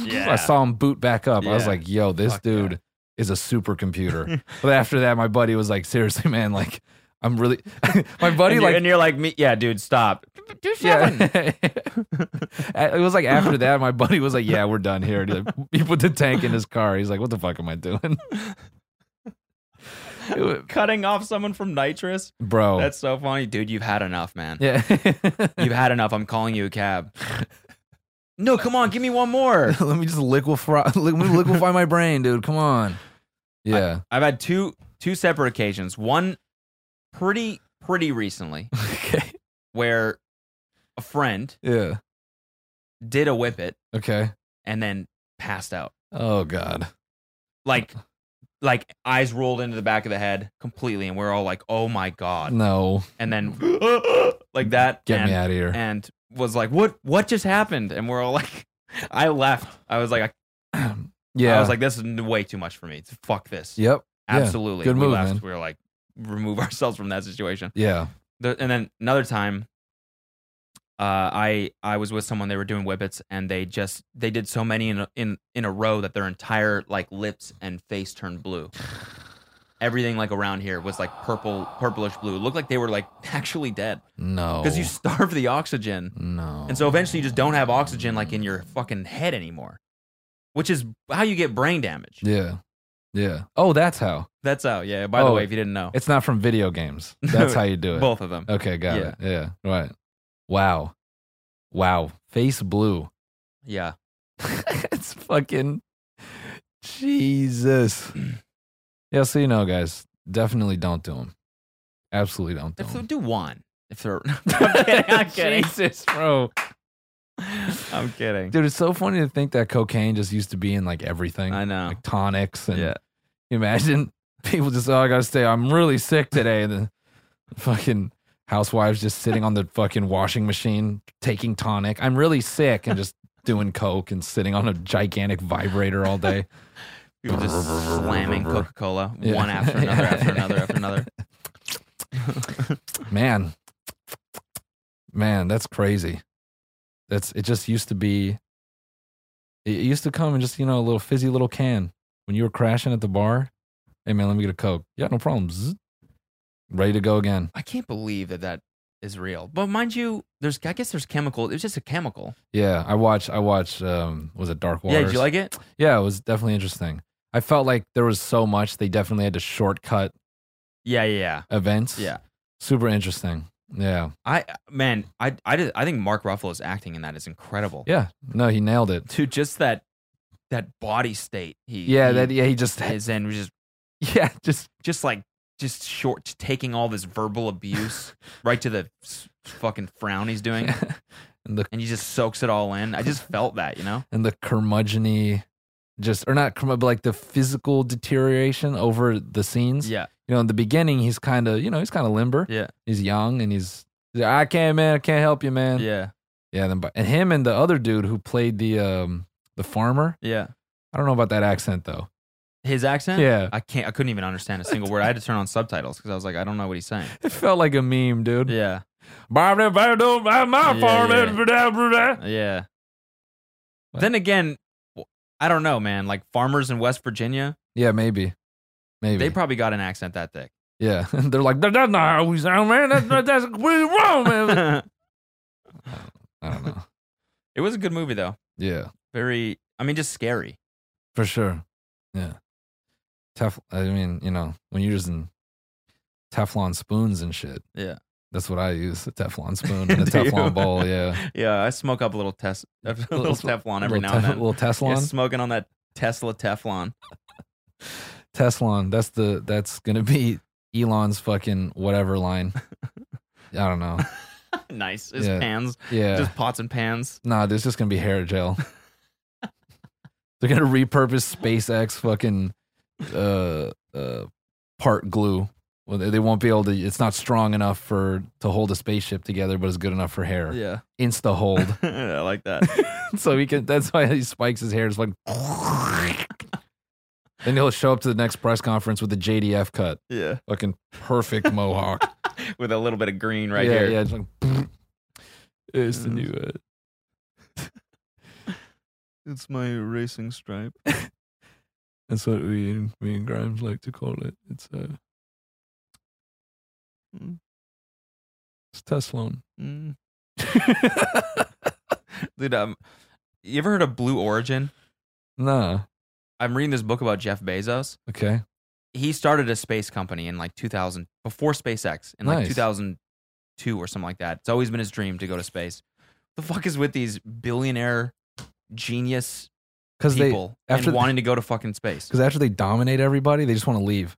Yeah. I saw him boot back up. I was Yeah. like, yo, this Fuck yeah. dude is a supercomputer. but after that, my buddy was like, seriously, man, like, I'm really, my buddy, and, like, you're, and you're like me. Yeah, dude, stop. Do seven. yeah. it was like after that, my buddy was like, yeah, we're done here. He, like, he put the tank in his car. He's like, what the fuck am I doing? It wa- Cutting off someone from nitrous. Bro. That's so funny, dude. You've had enough, man. yeah. You've had enough. I'm calling you a cab. no, come on, give me one more. let me just liquefy, let me liquefy my brain, dude. Come on. Yeah. I've had two two separate occasions. One pretty pretty recently okay. where a friend Yeah. did a whip it Okay. and then passed out. Oh God. Like like eyes rolled into the back of the head completely and we're all like, "Oh my god." No. And then like that Get and, me out of here. and was like, "What what just happened?" And we're all like I left. I was like yeah. I was like this is way too much for me. Fuck this. Yep. Yeah. Absolutely. Good we move, left. man. We were like remove ourselves from that situation. Yeah. the, and then another time uh i i was with someone they were doing whippets and they just they did so many in a, in in a row that their entire like lips and face turned blue everything like around here was like purple purplish blue looked like they were like actually dead No. because you starve the oxygen No. and so eventually you just don't have oxygen like in your fucking head anymore which is how you get brain damage Yeah. Yeah. Oh, that's how. that's how yeah by the Oh, way if you didn't know It's Uh, not from video games. That's how you do it. both of them Okay, got Yeah. it. Yeah. Right. Wow. Wow. Face blue. yeah it's fucking Jesus. yeah, so you know, guys, definitely don't do them. Absolutely don't do if them. do one if they're I'm kidding, I'm kidding. Jesus, bro. I'm kidding. Dude, it's so funny to think that cocaine just used to be in like everything. I know. Like tonics and Yeah. you imagine people just, oh, I gotta stay, I'm really sick today. And the fucking housewives just sitting on the fucking washing machine taking tonic. I'm really sick and just doing coke and sitting on a gigantic vibrator all day. People just slamming Coca Cola Yeah. one after another after another after another. Man, man, that's crazy. That's it. Just used to be. It it used to come in just you know a little fizzy little can when you were crashing at the bar. Hey man, let me get a coke. Yeah, no problem. Zzz. Ready to go again. I can't believe that that is real. But mind you, there's I guess there's chemical. It's just a chemical. Yeah, I watch. I watch. Um, was it Dark Waters? Yeah, did you like it? Yeah, it was definitely interesting. I felt like there was so much they definitely had to shortcut Yeah, yeah, yeah. events. Yeah. super interesting. Yeah, I man, I I did, I think Mark Ruffalo's acting in that is incredible. yeah. No, he nailed it. Dude, just that that body state he Yeah, he that. Yeah, he just. is in was just Yeah, just just like just short just taking all this verbal abuse right to the s- fucking frown he's doing. and the and he just soaks it all in. I just felt that, you know? and the curmudgeony just or not curmud, but like the physical deterioration over the scenes. Yeah. You know, in the beginning he's kinda you know, he's kinda limber. Yeah. He's young and he's he's like, I can't man, I can't help you, man. Yeah. Yeah, then but and him and the other dude who played the um the farmer. Yeah. I don't know about that accent though. His accent? Yeah. I can't I couldn't even understand a single word. I had to turn on subtitles because I was like, I don't know what he's saying. It felt like a meme, dude. Yeah. Barb, barb, don't mind my Yeah, farmer, yeah. blah, blah, blah. Yeah. What? Then again, w- I don't know, man. Like farmers in West Virginia, Yeah, maybe. Maybe. they probably got an accent that thick. yeah. They're like, "That- that's not how we sound, man. That's, that's- that's completely wrong, man. it I don't know. was a good movie though. Yeah. Very I mean just scary. For sure. Yeah. Tef I mean, you know, when you're using Teflon spoons and shit. Yeah. That's what I use, a Teflon spoon and a Do you? Teflon bowl, yeah. Yeah, I smoke up a little test a little, Little- Teflon every little now and Tef- then. Little Yeah, Teslon. smoking on that Tesla Teflon. Teslon. That's the that's gonna be Elon's fucking whatever line. I don't know. nice. His Yeah. pans. Yeah. Just pots and pans. nah, there's just gonna be hair gel. They're gonna repurpose SpaceX fucking uh uh part glue. Well, they, they won't be able to. It's not strong enough for to hold a spaceship together, but it's good enough for hair. Yeah. Insta hold. I like that. so he can. That's why he spikes his hair. It's like. Then he'll show up to the next press conference with a JDF cut, yeah. fucking perfect mohawk. with a little bit of green right yeah, here. Mm-hmm. Yeah, it's like. It's the new. Uh, It's my racing stripe. That's what we and we and Grimes like to call it. It's uh it's Teslon. Mm. Dude, um, you ever heard of Blue Origin? Nah. I'm reading this book about Jeff Bezos. Okay. He started a space company in like 2000, before SpaceX, in like Nice. 2002 or something like that. It's always been his dream to go to space. The fuck is with these billionaire genius because they people after- and wanting to go to fucking space. because after they dominate everybody, they just want to leave.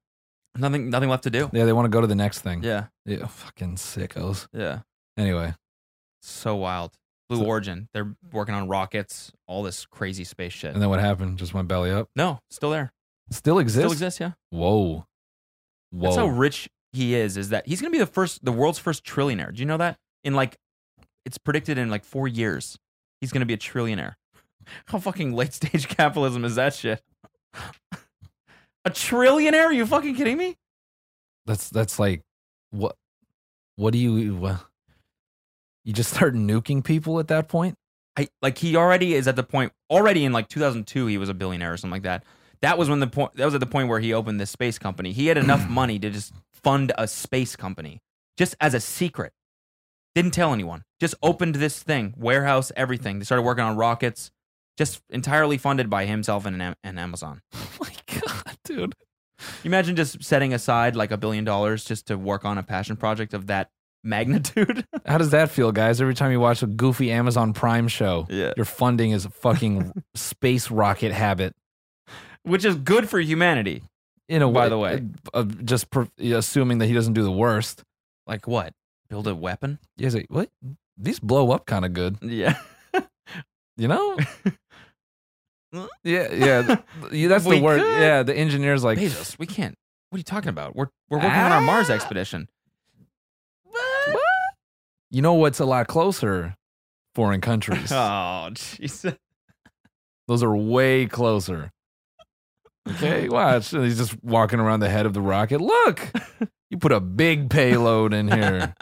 Nothing, nothing left to do. Yeah, they want to go to the next thing. Yeah, Yeah, fucking sickos. yeah. Anyway, So wild. Blue Origin. They're working on rockets. All this crazy space shit. and then what happened? Just went belly up. no, still there. Still exists. Still exists. Yeah. Whoa, whoa. That's how rich he is. Is that he's gonna be the first, the world's first trillionaire? Do you know that? In like, it's predicted in like four years, he's gonna be a trillionaire. How fucking late stage capitalism is that shit? a trillionaire? Are you fucking kidding me? that's that's like what? What do you? wha- you just start nuking people at that point? I like he already is at the point already in like 2002 he was a billionaire or something like that. That was when the point that was at the point where he opened this space company. He had enough money to just fund a space company just as a secret. Didn't tell anyone. Just opened this thing, warehouse, everything. They started working on rockets, just entirely funded by himself and Am- and Amazon. Oh my god, dude. You imagine just setting aside like a billion dollars just to work on a passion project of that magnitude. How does that feel, guys? Every time you watch a goofy Amazon Prime show, Yeah. your funding is a fucking space rocket habit. Which is good for humanity. In a By way, the way. uh, uh, just pr- assuming that he doesn't do the worst. Like what? Build a weapon? Yeah, he's like, what? These blow up kind of good, Yeah. you know? yeah, yeah. th- yeah, That's We the word. could. Yeah, the engineer's like, Bezos, we can't. What are you talking about? We're we're working on our Mars expedition. you know what's a lot closer? Foreign countries. Oh, Jesus. Those are way closer. Okay, watch. And he's just walking around the head of the rocket. Look, you put a big payload in here.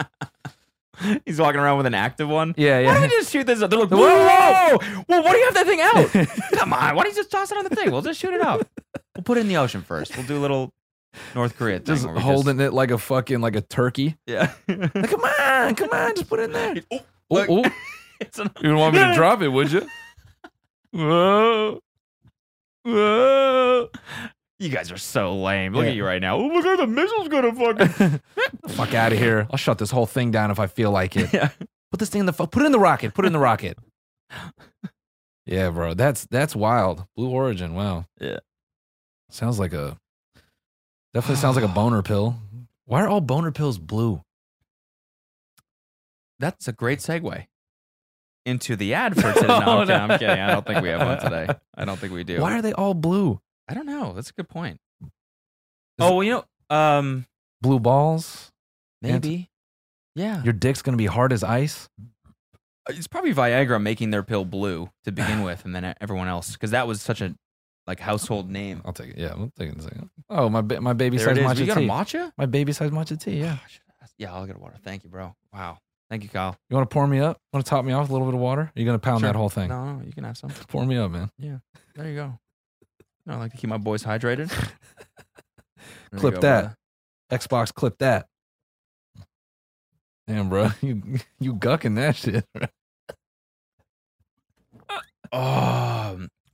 He's walking around with an active one. Yeah, Why don't yeah. we just shoot this up? They're like, whoa, Whoa! whoa, whoa. Well, why do you have that thing out? Come on. Why don't you just toss it on the thing? We'll just shoot it up. We'll put it in the ocean first. We'll do a little North Korea thing. Just where we holding it like a fucking like a turkey. Yeah. Like, come on, come on, just put it in there. Oh, Oh, look. oh, it's an- you want me to drop it, would you? Whoa. Whoa. you guys are so lame. Look Yeah. at you right now. Oh my god, the missile's gonna fucking Fuck out of here. I'll shut this whole thing down if I feel like it. Yeah. Put this thing in the fu- put it in the rocket. Put it in the rocket. yeah, bro. That's that's wild. Blue Origin. Wow. Yeah. Sounds like a definitely sounds like a boner pill. Why are all boner pills blue? That's a great segue into the ad for today. No, I'm, kidding, I'm kidding. I don't think we have one today. I don't think we do. Why are they all blue? I don't know. That's a good point. Is oh, well, you know, um, Blue balls. maybe. Yeah. Your dick's gonna be hard as ice. It's probably Viagra making their pill blue to begin with and then everyone else because that was such a like household name. I'll take it. Yeah, I'll take it in a second. Oh, my ba- my baby There size it is. matcha You got a tea. matcha? my baby size matcha tea. Yeah. Gosh. Yeah, I'll get a water. Thank you, bro. Wow. Thank you, Kyle. You want to pour me up? Want to top me off with a little bit of water? Are you gonna pound Sure. that whole thing? No, no, you can have some. Pour me up, man. There you go. No, I like to keep my boys hydrated. There you Clip go, that. brother. Xbox clip that. Damn, bro, you you gucking that shit. bro. Oh,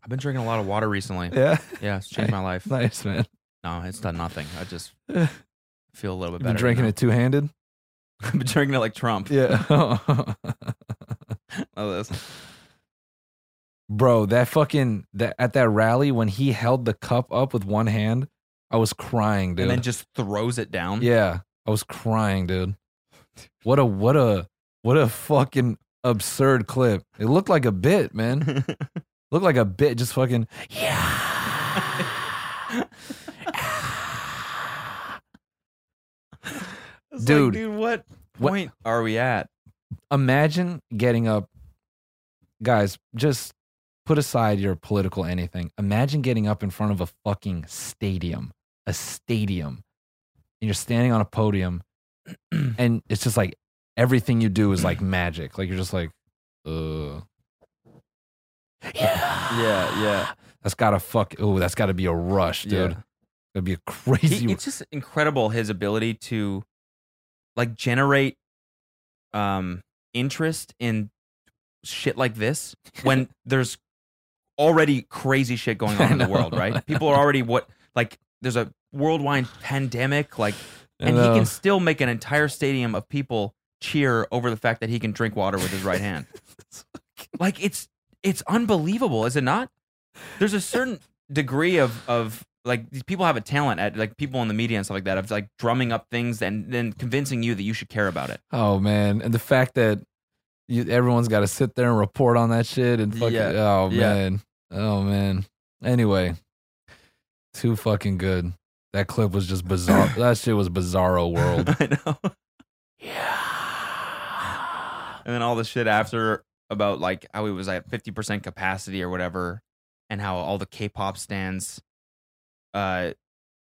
I've been drinking a lot of water recently. Yeah, Yeah, it's changed my life. nice man. No, it's done nothing. I just You've feel a little bit better. been drinking now. it two handed. I've been drinking it like Trump. Yeah, Oh, this. bro, that fucking that at that rally when he held the cup up with one hand, I was crying, dude. And then just hmm? throws it down. yeah, I was crying, dude. What a what a what a fucking absurd clip. It looked like a bit, man. Looked like a bit, just fucking. It's like, Dude. dude, what What- point are we at? imagine getting up guys just put aside your political anything imagine getting up in front of a fucking stadium a stadium and you're standing on a podium and it's just like everything you do is like magic like you're just like uh Yeah, yeah. that's gotta fuck oh that's gotta be a rush dude Yeah. it'd be a He- crazy it's just incredible his ability to like generate um interest in shit like this when there's already crazy shit going on in the I know. world, right? People are already what like there's a worldwide pandemic like I and he know. can still make an entire stadium of people cheer over the fact that he can drink water with his right hand. like it's it's unbelievable, is it not? there's a certain degree of of like these people have a talent at like people in the media and stuff like that of like drumming up things and then convincing you that you should care about it. Oh man, and the fact that you, everyone's got to sit there and report on that shit and fucking Yeah. oh Yeah. man, oh man. Anyway, too fucking good. That clip was just bizarre. that shit was bizarro world. I know. And then all the shit after about like how he was at fifty percent capacity or whatever, and how all the K-pop stands, uh,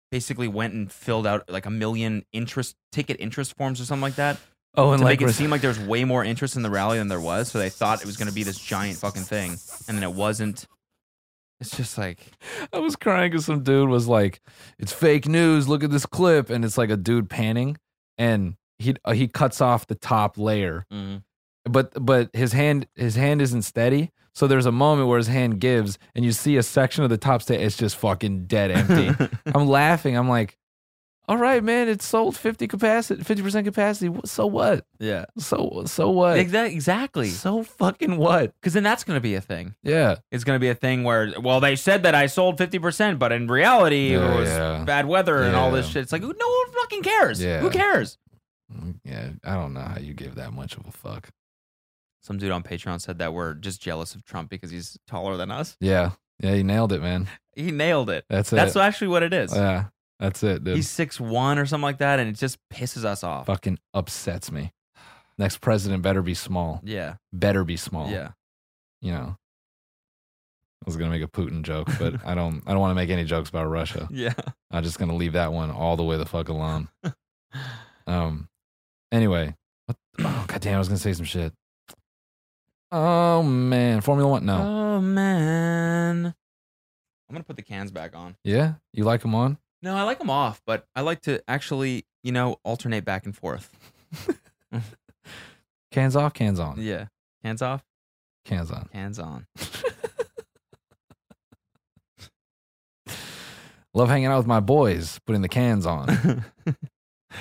basically went and filled out like a million interest ticket interest forms or something like that Oh, to make it seem like there's way more interest in the rally than there was. So they thought it was going to be this giant fucking thing, and then it wasn't. It's just like I was crying because some dude was like, "It's fake news. Look at this clip," and it's like a dude panning, and he uh, he cuts off the top layer, but but his hand his hand isn't steady. So there's a moment where his hand gives, and you see a section of the top state. It's just fucking dead empty. I'm laughing. I'm like, "All right, man. It's sold fifty capacity, fifty percent capacity. Wh- So what? yeah, So so what? exactly. So fucking what? Because then that's going to be a thing. Yeah. It's going to be a thing where, well, they said that I sold 50%, but in reality, Yeah, it was yeah. bad weather and all this Yeah. shit. It's like, who- no one fucking cares. Yeah. Who cares? Mm, Yeah. I don't know how you give that much of a fuck. Some dude on Patreon said that we're just jealous of Trump because he's taller than us. Yeah. Yeah. You nailed it, man. He nailed it. That's it. That's actually what it is. Yeah, that's it, dude. he's six one or something like that, and it just pisses us off. fucking upsets me. Next president better be small. Yeah. Better be small. Yeah. You know. I was gonna make a Putin joke, but I don't I don't want to make any jokes about Russia. Yeah. I'm just gonna leave that one all the way the fuck alone. Um anyway. What oh god damn, I was gonna say some shit. Oh man. Formula One? No. Oh, man. I'm going to put the cans back on. yeah? You like them on? No, I like them off, but I like to actually, you know, alternate back and forth. Cans off, cans on. Yeah. Cans off, Cans on. cans on. Love hanging out with my boys, putting the cans on.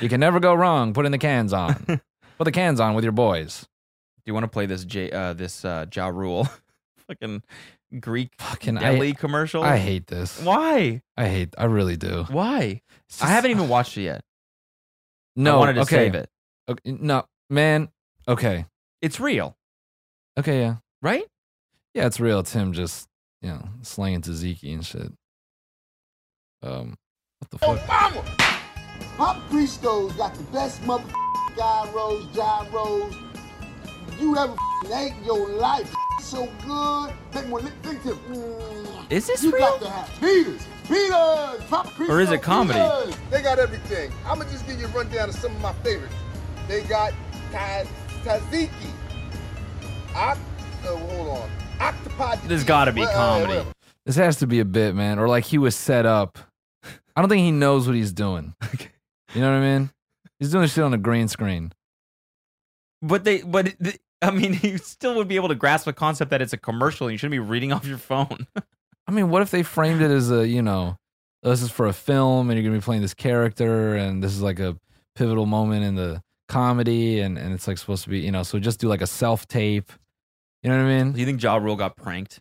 You can never go wrong putting the cans on. Put the cans on with your boys. Do you want to play this J uh this uh Ja Rule fucking Greek Fucking deli I, commercial? I hate this. Why? I hate. I really do. Why? It's I just- haven't even watched it yet. No. I wanted to okay. save it. Okay, no, man. Okay. It's real, Okay. Yeah. right? Yeah. It's real. It's him just you know slanging tzatziki and shit. Um. What the fuck? My Pristo's got the best mother gyros, gyros you ever ate in your life. So good. Think one look think this. Mm. Is this you real? got to have Peters. Peters. Papa Pristo. Or is it comedy? Peters. They got everything. I'm going to just give you a rundown of some of my favorites. They got ta- Taziki. Oct- oh, hold on. Octopod. There's gotta be Well, uh, comedy. whatever. This has to be a bit, man. Or like he was set up. I don't think he knows what he's doing. You know what I mean? He's doing shit on a green screen. But they but it- th- I mean, you still would be able to grasp the concept that it's a commercial and you shouldn't be reading off your phone. I mean, what if they framed it as a, you know, oh, this is for a film and you're going to be playing this character and this is like a pivotal moment in the comedy and, and it's like supposed to be, you know, so just do like a self tape. You know what I Do mean? you think Ja Rule got pranked?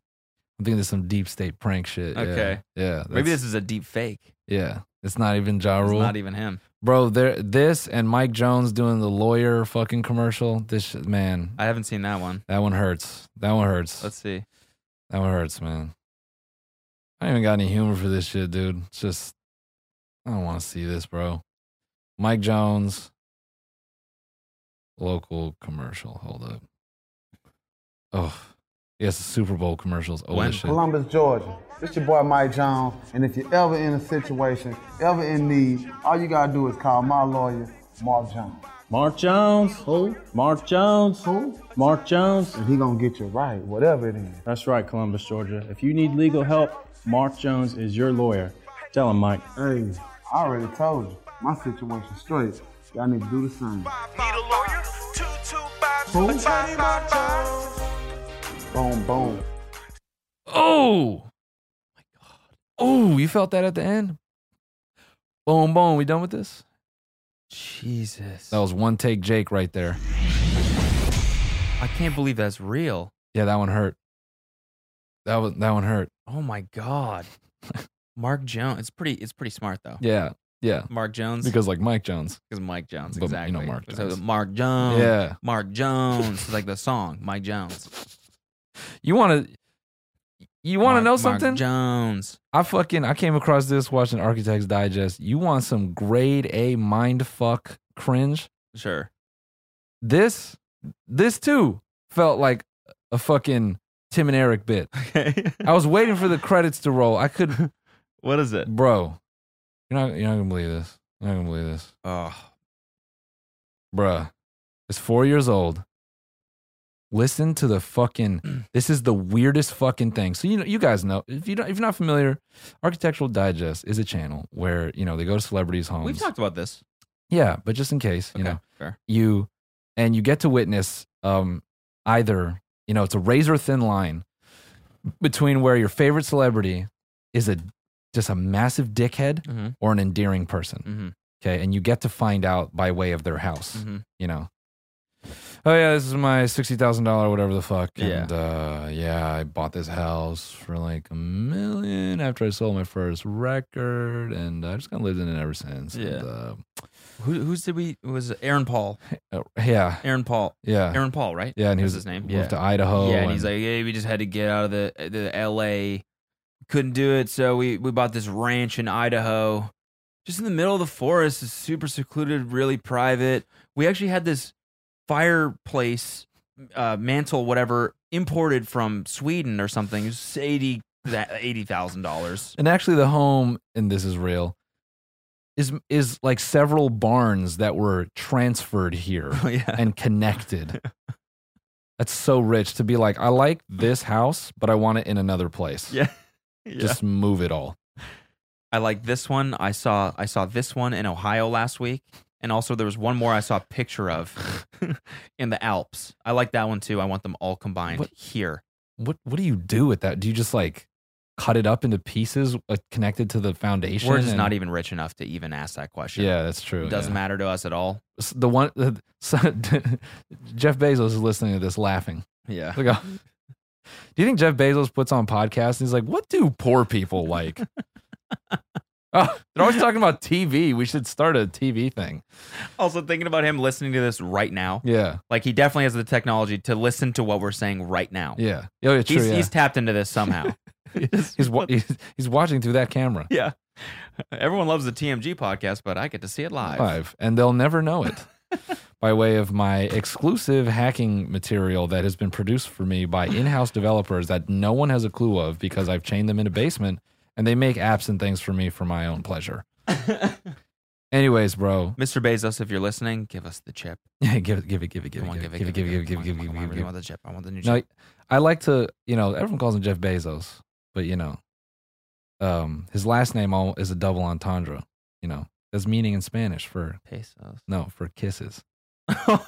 I'm thinking there's some deep state prank shit. yeah. Okay. Yeah. Maybe that's- this is a deep fake. Yeah. It's not even Ja It's Rule. not e- even him. Bro, there, this and Mike Jones doing the lawyer fucking commercial. This shit, man, I haven't seen that one. that one hurts. That one hurts. Let's see. That one hurts, man. I ain't even got any humor for this shit, dude. It's just, I don't want to see this, bro. Mike Jones, local commercial. Hold up. Oh, yes, the Super Bowl commercials. Oh, When? this shit. Columbus, Georgia. It's your boy Mike Jones, and if you're ever in a situation, ever in need, all you gotta do is call my lawyer, Mark Jones. Mark Jones. Who? Mark Jones. Who? Mark Jones. And he gonna get you right, whatever it is. That's right, Columbus, Georgia. If you need legal help, Mark Jones is your lawyer. Tell him, Mike. Hey, I already told you, my situation's straight. Y'all need to do the same. Need a lawyer? Two, two, five, Who? attorney, my Jones. Boom, boom. Oh, my God. Oh, you felt that at the end? Boom, boom. We done with this? Jesus. That was one take Jake right there. I can't believe that's real. Yeah, that one hurt. That was that one hurt. Oh my god, Mark Jones. It's pretty. It's pretty smart though. Yeah, yeah. Mark Jones Because like Mike Jones. because Mike Jones But, you exactly. know, Mark So Jones. Mark Jones. Yeah. Mark Jones. It's like the song Mike Jones. You want to. You want to Mark- know Mark something? Jones. I fucking I came across this watching Architects Digest. You want some grade A mind fuck cringe? Sure. This this too felt like a fucking Tim and Eric bit. Okay. I was waiting for the credits to roll. I could, what is it? bro. You're not you're not gonna believe this. You're not gonna believe this, Oh, bruh. It's four years old. Listen to the fucking. This is the weirdest fucking thing. So you know, you guys know if you don't, if you're not familiar, Architectural Digest is a channel where you know they go to celebrities' homes. we've talked about this. Yeah, but just in case, you Okay, know, fair. you and you get to witness um, either, you know, it's a razor thin line between where your favorite celebrity is a just a massive dickhead Mhm. or an endearing Mhm. person. Okay, and you get to find out by way of their house, Mhm. you know. Oh yeah, this is my sixty thousand dollar whatever the fuck, Yeah. and uh, yeah, I bought this house for like a million after I sold my first record, and I just kind of lived in it ever since. Yeah. and, uh, Who, who's did we? It was Aaron Paul. uh, yeah, Aaron Paul. yeah, Aaron Paul, right? Uh. yeah. And he That's was his name. Moved Yeah. to Idaho. yeah, and he's like, yeah, we just had to get out of the the L.A. Couldn't do it, so we we bought this ranch in Idaho, just in the middle of the forest. It's super secluded, really private. We actually had this fireplace uh, mantle, whatever, imported from Sweden or something. It was eighty that eighty thousand dollars. and actually, the home, and this is real, is is like several barns that were transferred here yeah, and connected. That's so rich to be like, I like this house, but I want it in another place. yeah, yeah. Just move it all. I like this one. I saw I saw this one in Ohio last week, and also there was one more I saw a picture of in the Alps. I like that one too. I want them all combined What- here. What What do you do with that? Do you just like cut it up into pieces uh, connected to the foundation? We're just and- not even rich enough to even ask that question. Yeah, that's true. it doesn't yeah. matter to us at all. S- The one, so, Jeff Bezos is listening to this laughing. Yeah, Like, oh. do you think Jeff Bezos puts on podcasts and he's like, "What do poor people like?" oh, they're always talking about TV. We should start a TV thing. Also thinking about him listening to this right now. Yeah, Like he definitely has the technology to listen to what we're saying right now. yeah. Oh, yeah, true. he's, yeah. he's tapped into this somehow. He's, he's, wa- he's he's watching through that camera yeah, everyone loves the TMG podcast, but I get to see it live. live, and they'll never know it. By way of my exclusive hacking material that has been produced for me by in house developers that no one has a clue of because I've chained them in a basement and they make apps and things for me for my own pleasure. Anyways, bro, Mr. Bezos, if you're listening, give us the chip. Yeah, give it, give it, give it, give Come it, on, give it, give it, give it, give it, give it, give it, give it, I give want it. the chip. I want the new chip. No, I like to, you know, everyone calls him Jeff Bezos, but you know, um, his last name all is a double entendre. You know, that's meaning in Spanish for pesos. no for kisses. So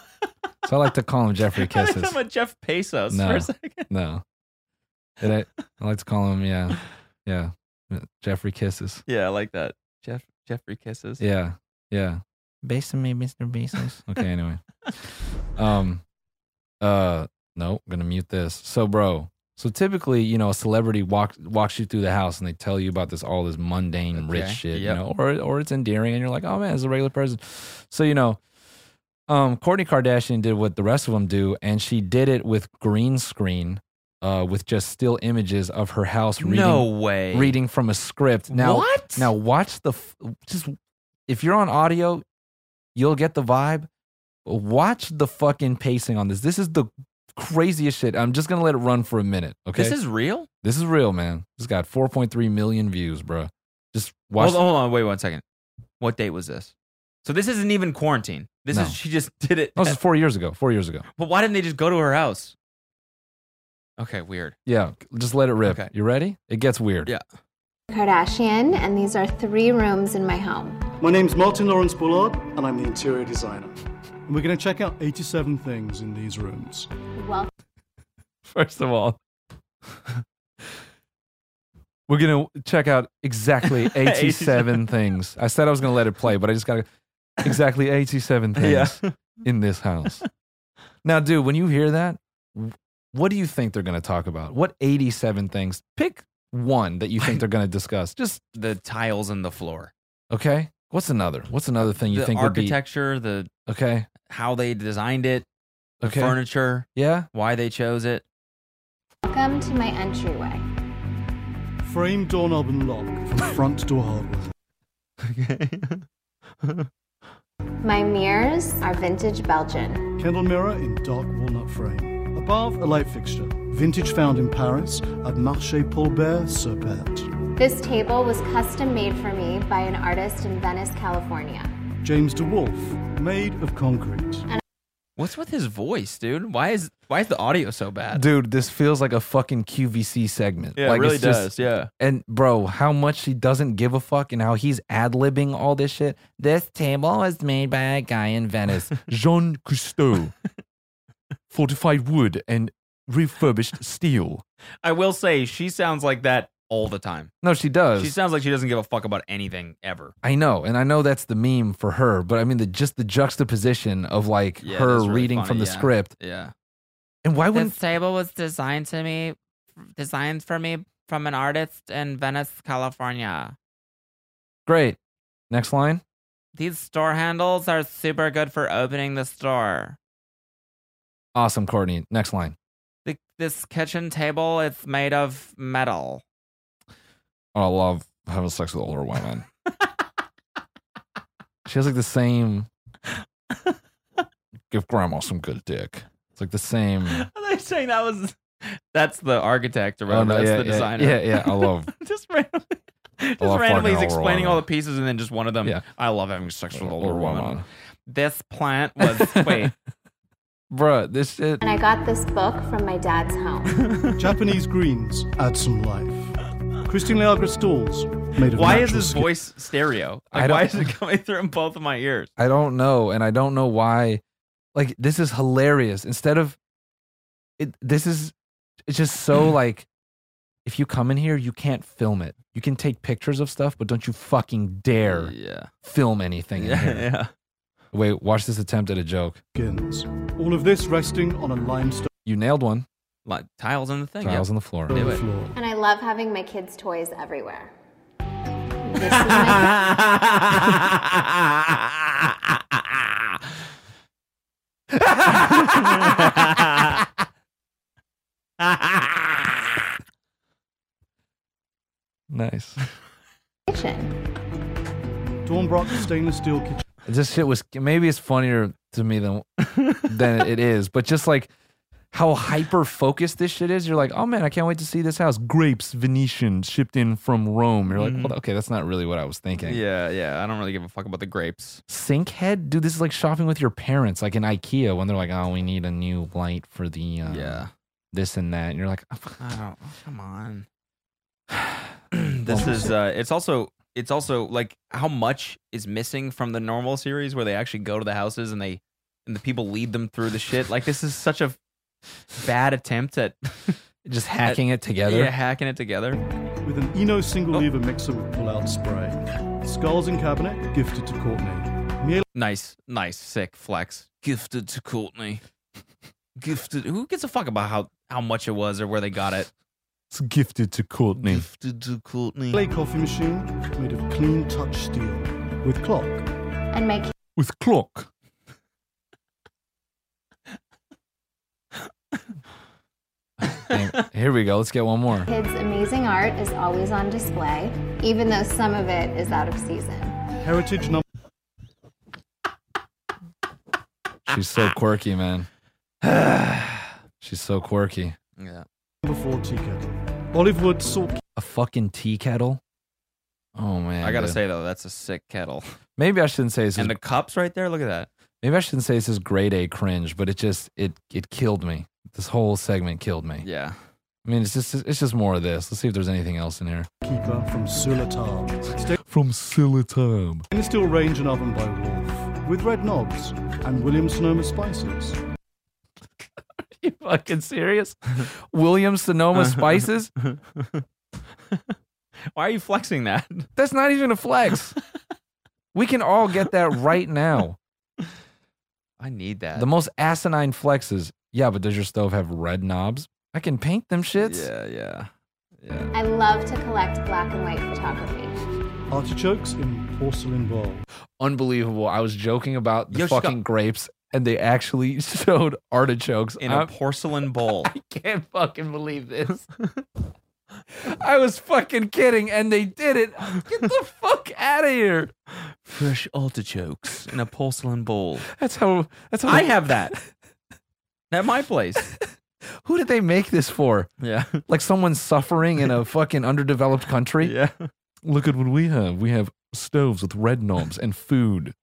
I like to call him Jeffrey Kisses. I'm a Jeff Pesos No. for a second. No, and I, I like to call him yeah, yeah, uh, Jeffrey Kisses. Yeah, I like that. Jeff Jeffrey Kisses. Yeah, yeah. Based on me, Mr. Bezos. Okay, anyway. Um uh no, gonna mute this. So bro, so typically, you know, a celebrity walks walks you through the house and they tell you about this all this mundane rich Okay, shit, yep. you know, or or it's endearing and you're like, oh man, it's a regular person. So you know, um Courtney Kardashian did what the rest of them do, and she did it with green screen, uh, with just still images of her house reading No way. reading from a script. Now, What? Now watch the f- just if you're on audio, you'll get the vibe. Watch the fucking pacing on this. This is the craziest shit. I'm just gonna let it run for a minute. Okay, This is real? this is real, man. It's got 4.3 million views, bro. Just watch. Hold, hold on, wait one second. What date was this? So this isn't even quarantine. This No. is she just did it. No, this is four years ago. Four years ago. but why didn't they just go to her house? Okay, weird. Yeah, just let it rip. Okay. You ready? It gets weird. Yeah. Kardashian, and these are three rooms in my home. My name's Martin Lawrence Bullard, and I'm the interior designer. And we're going to check out 87 things in these rooms. Welcome First of all, we're gonna check out exactly 87 things. I said I was gonna let it play, but I just gotta exactly 87 things in this house. Now, dude, when you hear that, What do you think they're going to talk about? What 87 things? Pick one that you think they're going to discuss. Just the tiles in the floor. okay. What's another? What's another thing you the think architecture, the would be okay? how they designed it, the Okay. furniture, Yeah. why they chose it. Welcome to my entryway. Frame doorknob and lock from front door hardware. My mirrors are vintage Belgian. Candle mirror in dark walnut frame. Above, a light fixture. Vintage found in Paris at Marché Paul Bert sur Bert. This table was custom made for me by an artist in Venice, California. James DeWolf, made of concrete. What's with his voice, dude? Why is why is the audio so bad? Dude, this feels like a fucking QVC segment. Yeah, it like really it's just- does. Yeah. And bro, how much he doesn't give a fuck and how he's ad libbing all this shit. This table was made by a guy in Venice, Jean Cousteau. Fortified wood and refurbished steel. I will say she sounds like that all the time. No, she does. She sounds like she doesn't give a fuck about anything ever. I know, and I know that's the meme for her, but I mean the just the juxtaposition of like Yeah, her that's really reading funny, from the yeah. script. Yeah. And why wouldn't This table was designed to me, designed for me from an artist in Venice, California. great? Next line. These store handles are super good for opening the store. Awesome, Courtney. Next line. The, this kitchen table is made of metal. I love having sex with older women. she has like the same. Give grandma some good dick. It's like the same. Are they saying that was that's the architect or Oh, whatever? no, that's yeah, the yeah, designer. yeah, yeah, I love- just randomly. Just love randomly, he's fucking older explaining all the women. pieces, and then just one of them. Yeah. Oh, I love having sex with older Older women. women. This plant was wait. Bruh, this shit. And I got this book from my dad's home. Japanese greens add some life. Christine Leagra stools, made of Why is natural his skin. voice stereo? I Like, why is don't- it coming through in both of my ears? I don't know, and I don't know why. Like this is hilarious. Instead of it, this is it's just so like. If you come in here, you can't film it. You can take pictures of stuff, but don't you fucking dare Yeah. film anything in here. yeah. Wait, watch this attempt at a joke. Skins. All of this resting on a limestone You nailed one. Like tiles on the thing. Tiles yeah. on the floor. Do it. floor. and I love having my kids' toys everywhere. This is my- Nice. kitchen. Dornbrock stainless steel kitchen. this shit was maybe it's funnier to me than than it is, but just like how hyper focused this shit is. You're like, oh man, I can't wait to see this house. Grapes, Venetian, shipped in from Rome. You're like, Mhm. well, okay, that's not really what I was thinking. Yeah, yeah. I don't really give a fuck about the grapes. Sink head, dude. This is like shopping with your parents, like in IKEA when they're like, oh, we need a new light for the uh, Yeah. this and that. And you're like, oh, I don't. Come on. this is. Uh, it's also. It's also like how much is missing from the normal series where they actually go to the houses and they and the people lead them through the shit. Like this is such a bad attempt at just hacking it together. yeah hacking it together. with an Eno Oh. single lever mixer with pull-out spray. Skulls in cabinet gifted to Courtney. Miele Nice, nice, sick flex. Gifted to Courtney. Gifted. Who gives a fuck about how how much it was or where they got it? It's gifted to Courtney. Gifted to Courtney. coffee machine made of clean touch steel with clock. And my kids' with clock. Dang, Here we go. Let's get one more. amazing art is always on display, even though some of it is out of season. Heritage number She's so quirky, man. She's so quirky. Yeah. four teakettle. Olive wood salt A fucking tea kettle. Oh man. I gotta dude. say though, that's a sick kettle. maybe I shouldn't say this. Is, And the cups right there. Look at that. maybe I shouldn't say this is grade A cringe, but it just it it killed me. This whole segment killed me. Yeah. I mean, it's just it's just more of this. Let's see if there's anything else in here. keeper from Sulatar. From Silitum. Stainless steel range and oven by Wolf with red knobs and Williams Sonoma spices. you fucking serious? William Sonoma spices? Why are you flexing that? That's not even a flex. we can all get that right now. I need that. The most asinine flexes Yeah, but does your stove have red knobs? I can paint them shits. Yeah, yeah. I love to collect black and white photography. Artichokes in porcelain bowl. Unbelievable. I was joking about the Yo, she's got- fucking grapes and they actually showed artichokes in I'm- a porcelain bowl. can't fucking believe this. I was fucking kidding, and they did it. Get the fuck out of here. Fresh artichokes in a porcelain bowl. That's how. That's how. I have that at my place. Who did they make this for? Yeah. Like someone suffering in a fucking underdeveloped country. Yeah. Look at what we have. We have stoves with red knobs and food.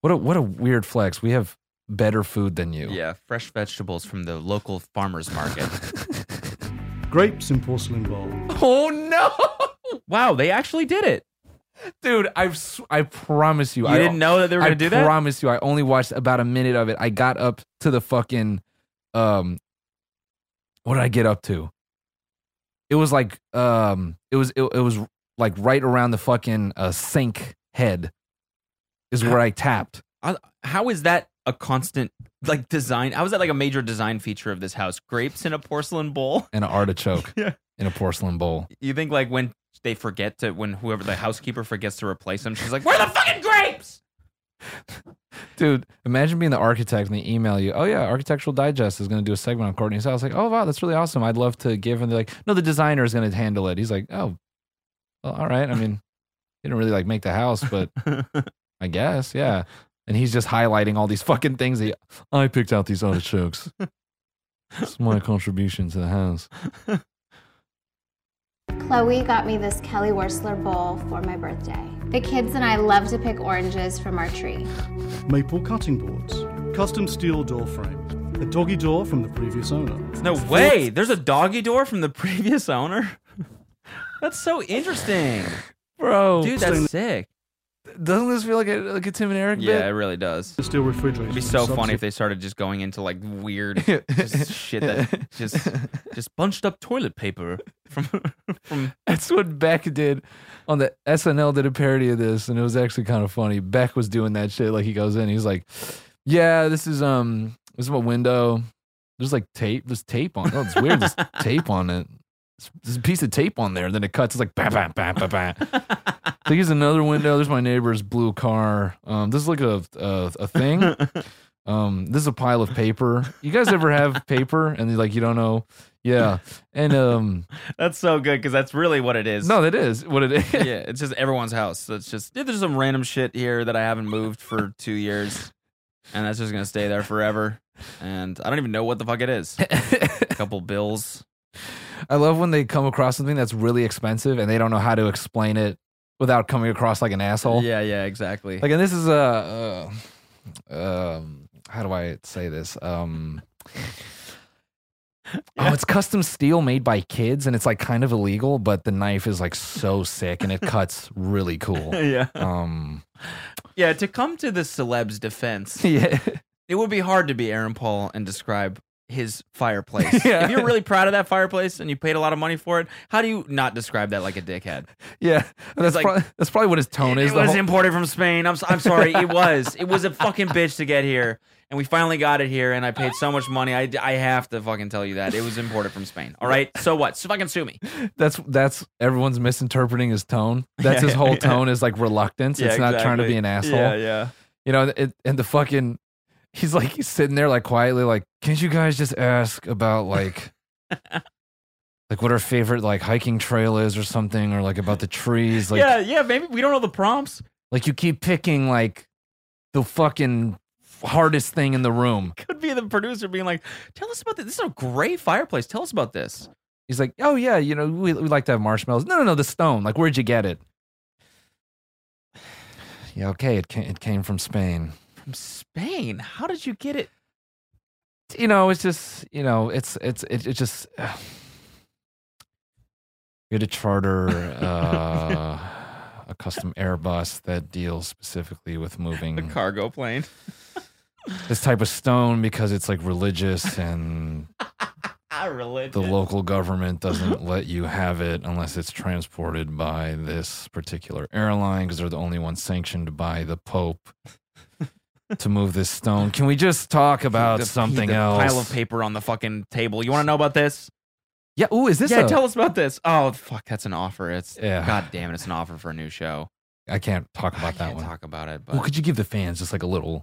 What a what a weird flex. We have better food than you. Yeah, fresh vegetables from the local farmers market. Grapes in porcelain bowl. Oh no! Wow, they actually did it. Dude, I've s- I promise you, You I didn't know that they were I gonna do that? Promise you, I only watched about a minute of it. I got up to the fucking, um, what did I get up to? It was like, um, it was it, it was like right around the fucking uh, sink head, is where I tapped. I- How is that a constant like design? How is that like a major design feature of this house? Grapes in a porcelain bowl. An artichoke Yeah. in a porcelain bowl. You think like when they forget to when whoever the housekeeper forgets to replace them, she's like, "Where the fucking grapes?" Dude, imagine being the architect and they email you, oh yeah, Architectural Digest is going to do a segment on Courtney's house. Like, oh wow, that's really awesome. I'd love to give. And they're like, no, the designer is going to handle it. He's like, oh, well, all right. I mean, he didn't really like make the house, but I guess, yeah. And he's just highlighting all these fucking things. He, I picked out these artichokes. it's my contribution to the house. Chloe got me this Kelly Wurstler bowl for my birthday. The kids and I love to pick oranges from our tree. Maple cutting boards. Custom steel door frame. A doggy door from the previous owner. No way. There's a doggy door from the previous owner. That's so interesting, bro. Dude, that's sick. Doesn't this feel like a, like a Tim and Eric Yeah, it bit? really does. Steel refrigerator. It'd be so funny if they started just going into like weird just shit that just just bunched up toilet paper from from That's what Beck did on the SNL did a parody of this, and it was actually kind of funny. Beck was doing that shit. Like he goes in, he's like, "Yeah, this is um, this is my window. There's like tape. There's tape on. Oh, it's weird. There's tape on it. There's- There's a piece of tape on there. Then it cuts. It's like bam, bam, bam, bam, bam. so here's another window. There's my neighbor's blue car. Um, this is like a a, a thing. Um, this is a pile of paper. You guys ever have paper and you like you don't know? Yeah, and um. That's so good because that's really what it is. No, that is what it is. yeah, it's just everyone's house. So it's just yeah, there's some random shit here that I haven't moved for two years, and that's just gonna stay there forever. And I don't even know what the fuck it is. A couple bills. I love when they come across something that's really expensive and they don't know how to explain it without coming across like an asshole. Yeah, yeah, exactly. Like, and this is a, uh, um, how do I say this? Um, Oh, it's custom steel made by kids, and it's like kind of illegal, but the knife is like so sick, and it cuts really cool. Yeah. Um. yeah, to come to the celeb's defense, Yeah. it would be hard to be Aaron Paul and describe his fireplace. Yeah. If you're really proud of that fireplace and you paid a lot of money for it, how do you not describe that like a dickhead? Yeah. That's like- probably, that's probably what his tone is. it the was whole- imported from Spain. I'm, s- I'm sorry. It was. It was a fucking bitch to get here. And we finally got it here, and I paid so much money. I, I have to fucking tell you that. It was imported from Spain. All right? So what? So fucking sue me. that's that's everyone's misinterpreting his tone. That's his whole tone is like reluctance. Yeah, it's not trying to exactly. be an asshole. Yeah, yeah. You know, it, and the fucking he's like he's sitting there like quietly like, can't you guys just ask about like like what our favorite like hiking trail is or something or like about the trees like yeah, yeah. Maybe we don't know the prompts. like you keep picking like the fucking hardest thing in the room. Could be the producer being like, tell us about this. This is a great fireplace. Tell us about this. He's like, oh yeah, you know, we, we like to have marshmallows. No, no, no, the stone. Like, where'd you get it? Yeah, okay, it came, it came from Spain. From Spain? How did you get it? You know, it's just, you know, it's it's it, it just. we had a charter, uh, a custom Airbus that deals specifically with moving A cargo plane. this type of stone because it's like religious and I really the local government doesn't let you have it unless it's transported by this particular airline because they're the only ones sanctioned by the Pope. to move this stone. Can we just talk about The- something the else? Pile of paper on the fucking table. You want to know about this? Yeah. Ooh, is this Yeah. a- Tell us about this. Oh fuck, that's an offer. It's Yeah. god damn it, it's an offer for a new show. I can't talk about that Can't one. talk about it. But Well, could you give the fans just like a little?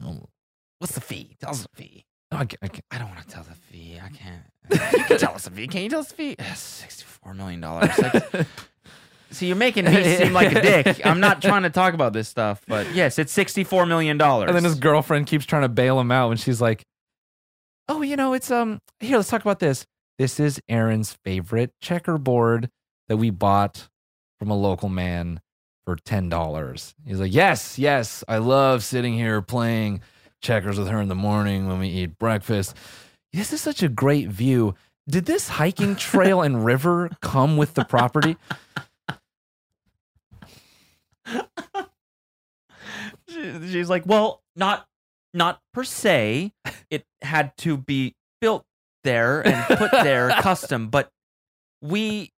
No, what's the fee? Tell us the fee. I, ca- I ca- I don't want to tell the fee. I can't. You can tell us the fee. Can you tell us the fee? Ah, Sixty-four million dollars. So you're making me seem like a dick. I'm not trying to talk about this stuff, but yes, it's sixty-four million dollars. And then his girlfriend keeps trying to bail him out, and she's like, "Oh, you know, it's um here. Let's talk about this. This is Aaron's favorite checkerboard that we bought from a local man for ten dollars." He's like, "Yes, yes, I love sitting here playing checkers with her in the morning when we eat breakfast. This is such a great view." Did this hiking trail and river come with the property? She- she's like, well, not not per se. It had to be built there and put there custom, but we,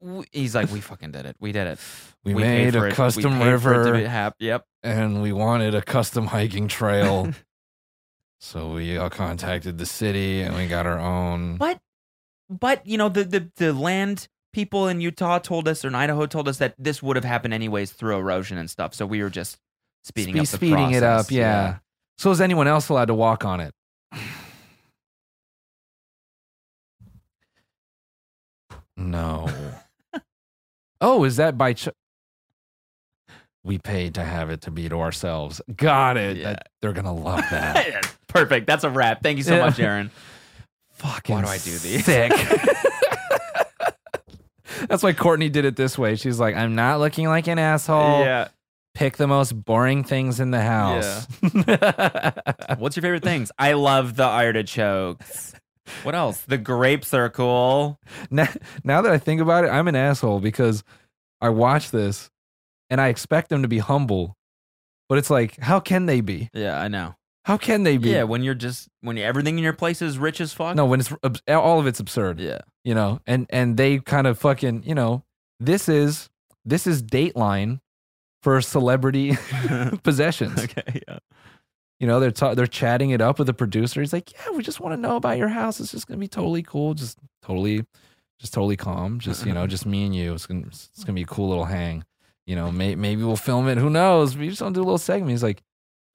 we he's like, we fucking did it. We did it. We, paid made for a it. We custom paid for it to river. be hap- yep. And we wanted a custom hiking trail. so we uh, contacted the city and we got our own. But but you know the, the the land people in Utah told us or in Idaho told us that this would have happened anyways through erosion and stuff. So we were just speeding Be up the speeding it process. up, yeah. So is anyone else allowed to walk on it? No. oh, is that by ch- We paid to have it to be to ourselves. Got it. That- they're going to love that. Yeah. Perfect. That's a wrap. Thank you so Yeah. much, Aaron. Fucking Why do I do these? Sick. That's why Courtney did it this way. She's like, I'm not looking like an asshole. Yeah. Pick the most boring things in the house. What's your favorite things? I love the artichokes. What else? The grapes are cool. Now, now that I think about it, I'm an asshole because I watch this and I expect them to be humble. But it's like, how can they be? Yeah, I know. How can they be? Yeah, when you're just when everything in your place is rich as fuck. No, when it's abs- all of it's absurd. Yeah. You know, and and they kind of fucking, you know, this is this is Dateline for celebrity possessions. Okay, yeah. You know, they're ta- they're chatting it up with the producer. He's like, "Yeah, we just want to know about your house. It's just going to be totally cool, just totally just totally calm, just, you know, just me and you. It's going to it's going to be a cool little hang. You know, may- maybe we'll film it. Who knows? We just want to do a little segment." He's like,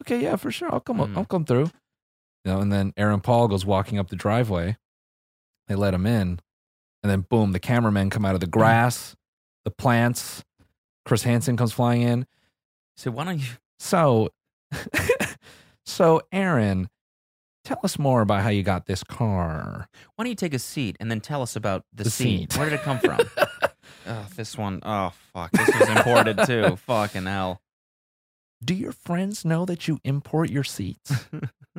"Okay, yeah, for sure. I'll come I'll come through." You know, and then Aaron Paul goes walking up the driveway. They let him in. And then boom, the cameramen come out of the grass, the plants. Chris Hansen comes flying in. So why don't you So So Aaron, tell us more about how you got this car. why don't you take a seat and then tell us about the, The seat? seat. Where did it come from? oh, this one. Oh fuck. This was imported too. Fucking hell. Do your friends know that you import your seats?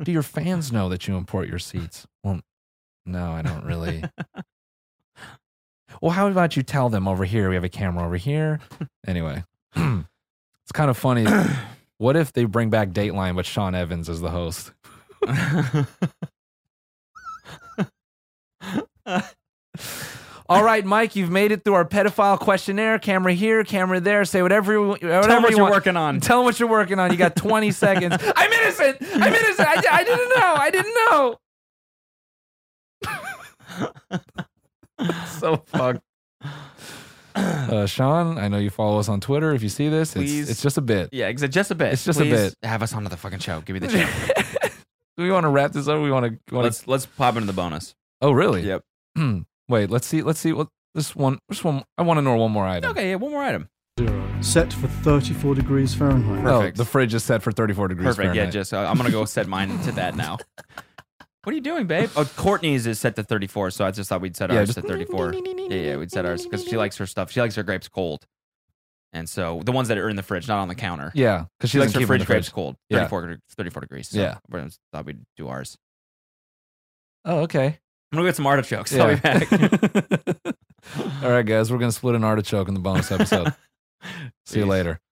Do your fans know that you import your seats? Well, no, I don't really. well, how about you tell them over here? We have a camera over here. Anyway, it's kind of funny. what if they bring back Dateline, but Sean Evans is the host? All right, Mike, you've made it through our pedophile questionnaire. Camera here, camera there. Say whatever you whatever Tell 'em what you you're want. working on. Tell them what you're working on. You got 20 seconds. I'm innocent. I'm innocent. I, di- I didn't know. I didn't know. so fucked. Uh, Sean, I know you follow us on Twitter. If you see this, Please. it's, it's just a bit. Yeah, exa- just a bit. It's just a Please bit. Have us onto the fucking show. Give me the show. Do we want to wrap this up? We want to. Want let's let's pop into the bonus. oh, really? Yep. Wait. Let's see. Let's see. What this one? Just one. I want to know one more item. Okay, yeah, one more item. Set for 34 degrees Fahrenheit. Oh, the fridge is set for 34 degrees Perfect. Yeah, Fahrenheit. just uh, I'm gonna go set mine to that now. What are you doing, babe? Oh, Courtney's is set to 34, so I just thought we'd set Yeah, ours just- to 34. yeah, yeah, we'd set ours because she likes her stuff. She likes her grapes cold, and so the ones that are in the fridge, not on the counter. Yeah, 'cause she she likes doesn't her keep 'em in fridge the grapes fridge. cold. Yeah. 34, deg- 34 degrees. So Yeah. we just thought we'd do ours. Oh, okay. I'm gonna get some artichokes. I'll be back. All right, guys, we're gonna split an artichoke in the bonus episode. See you Peace. later.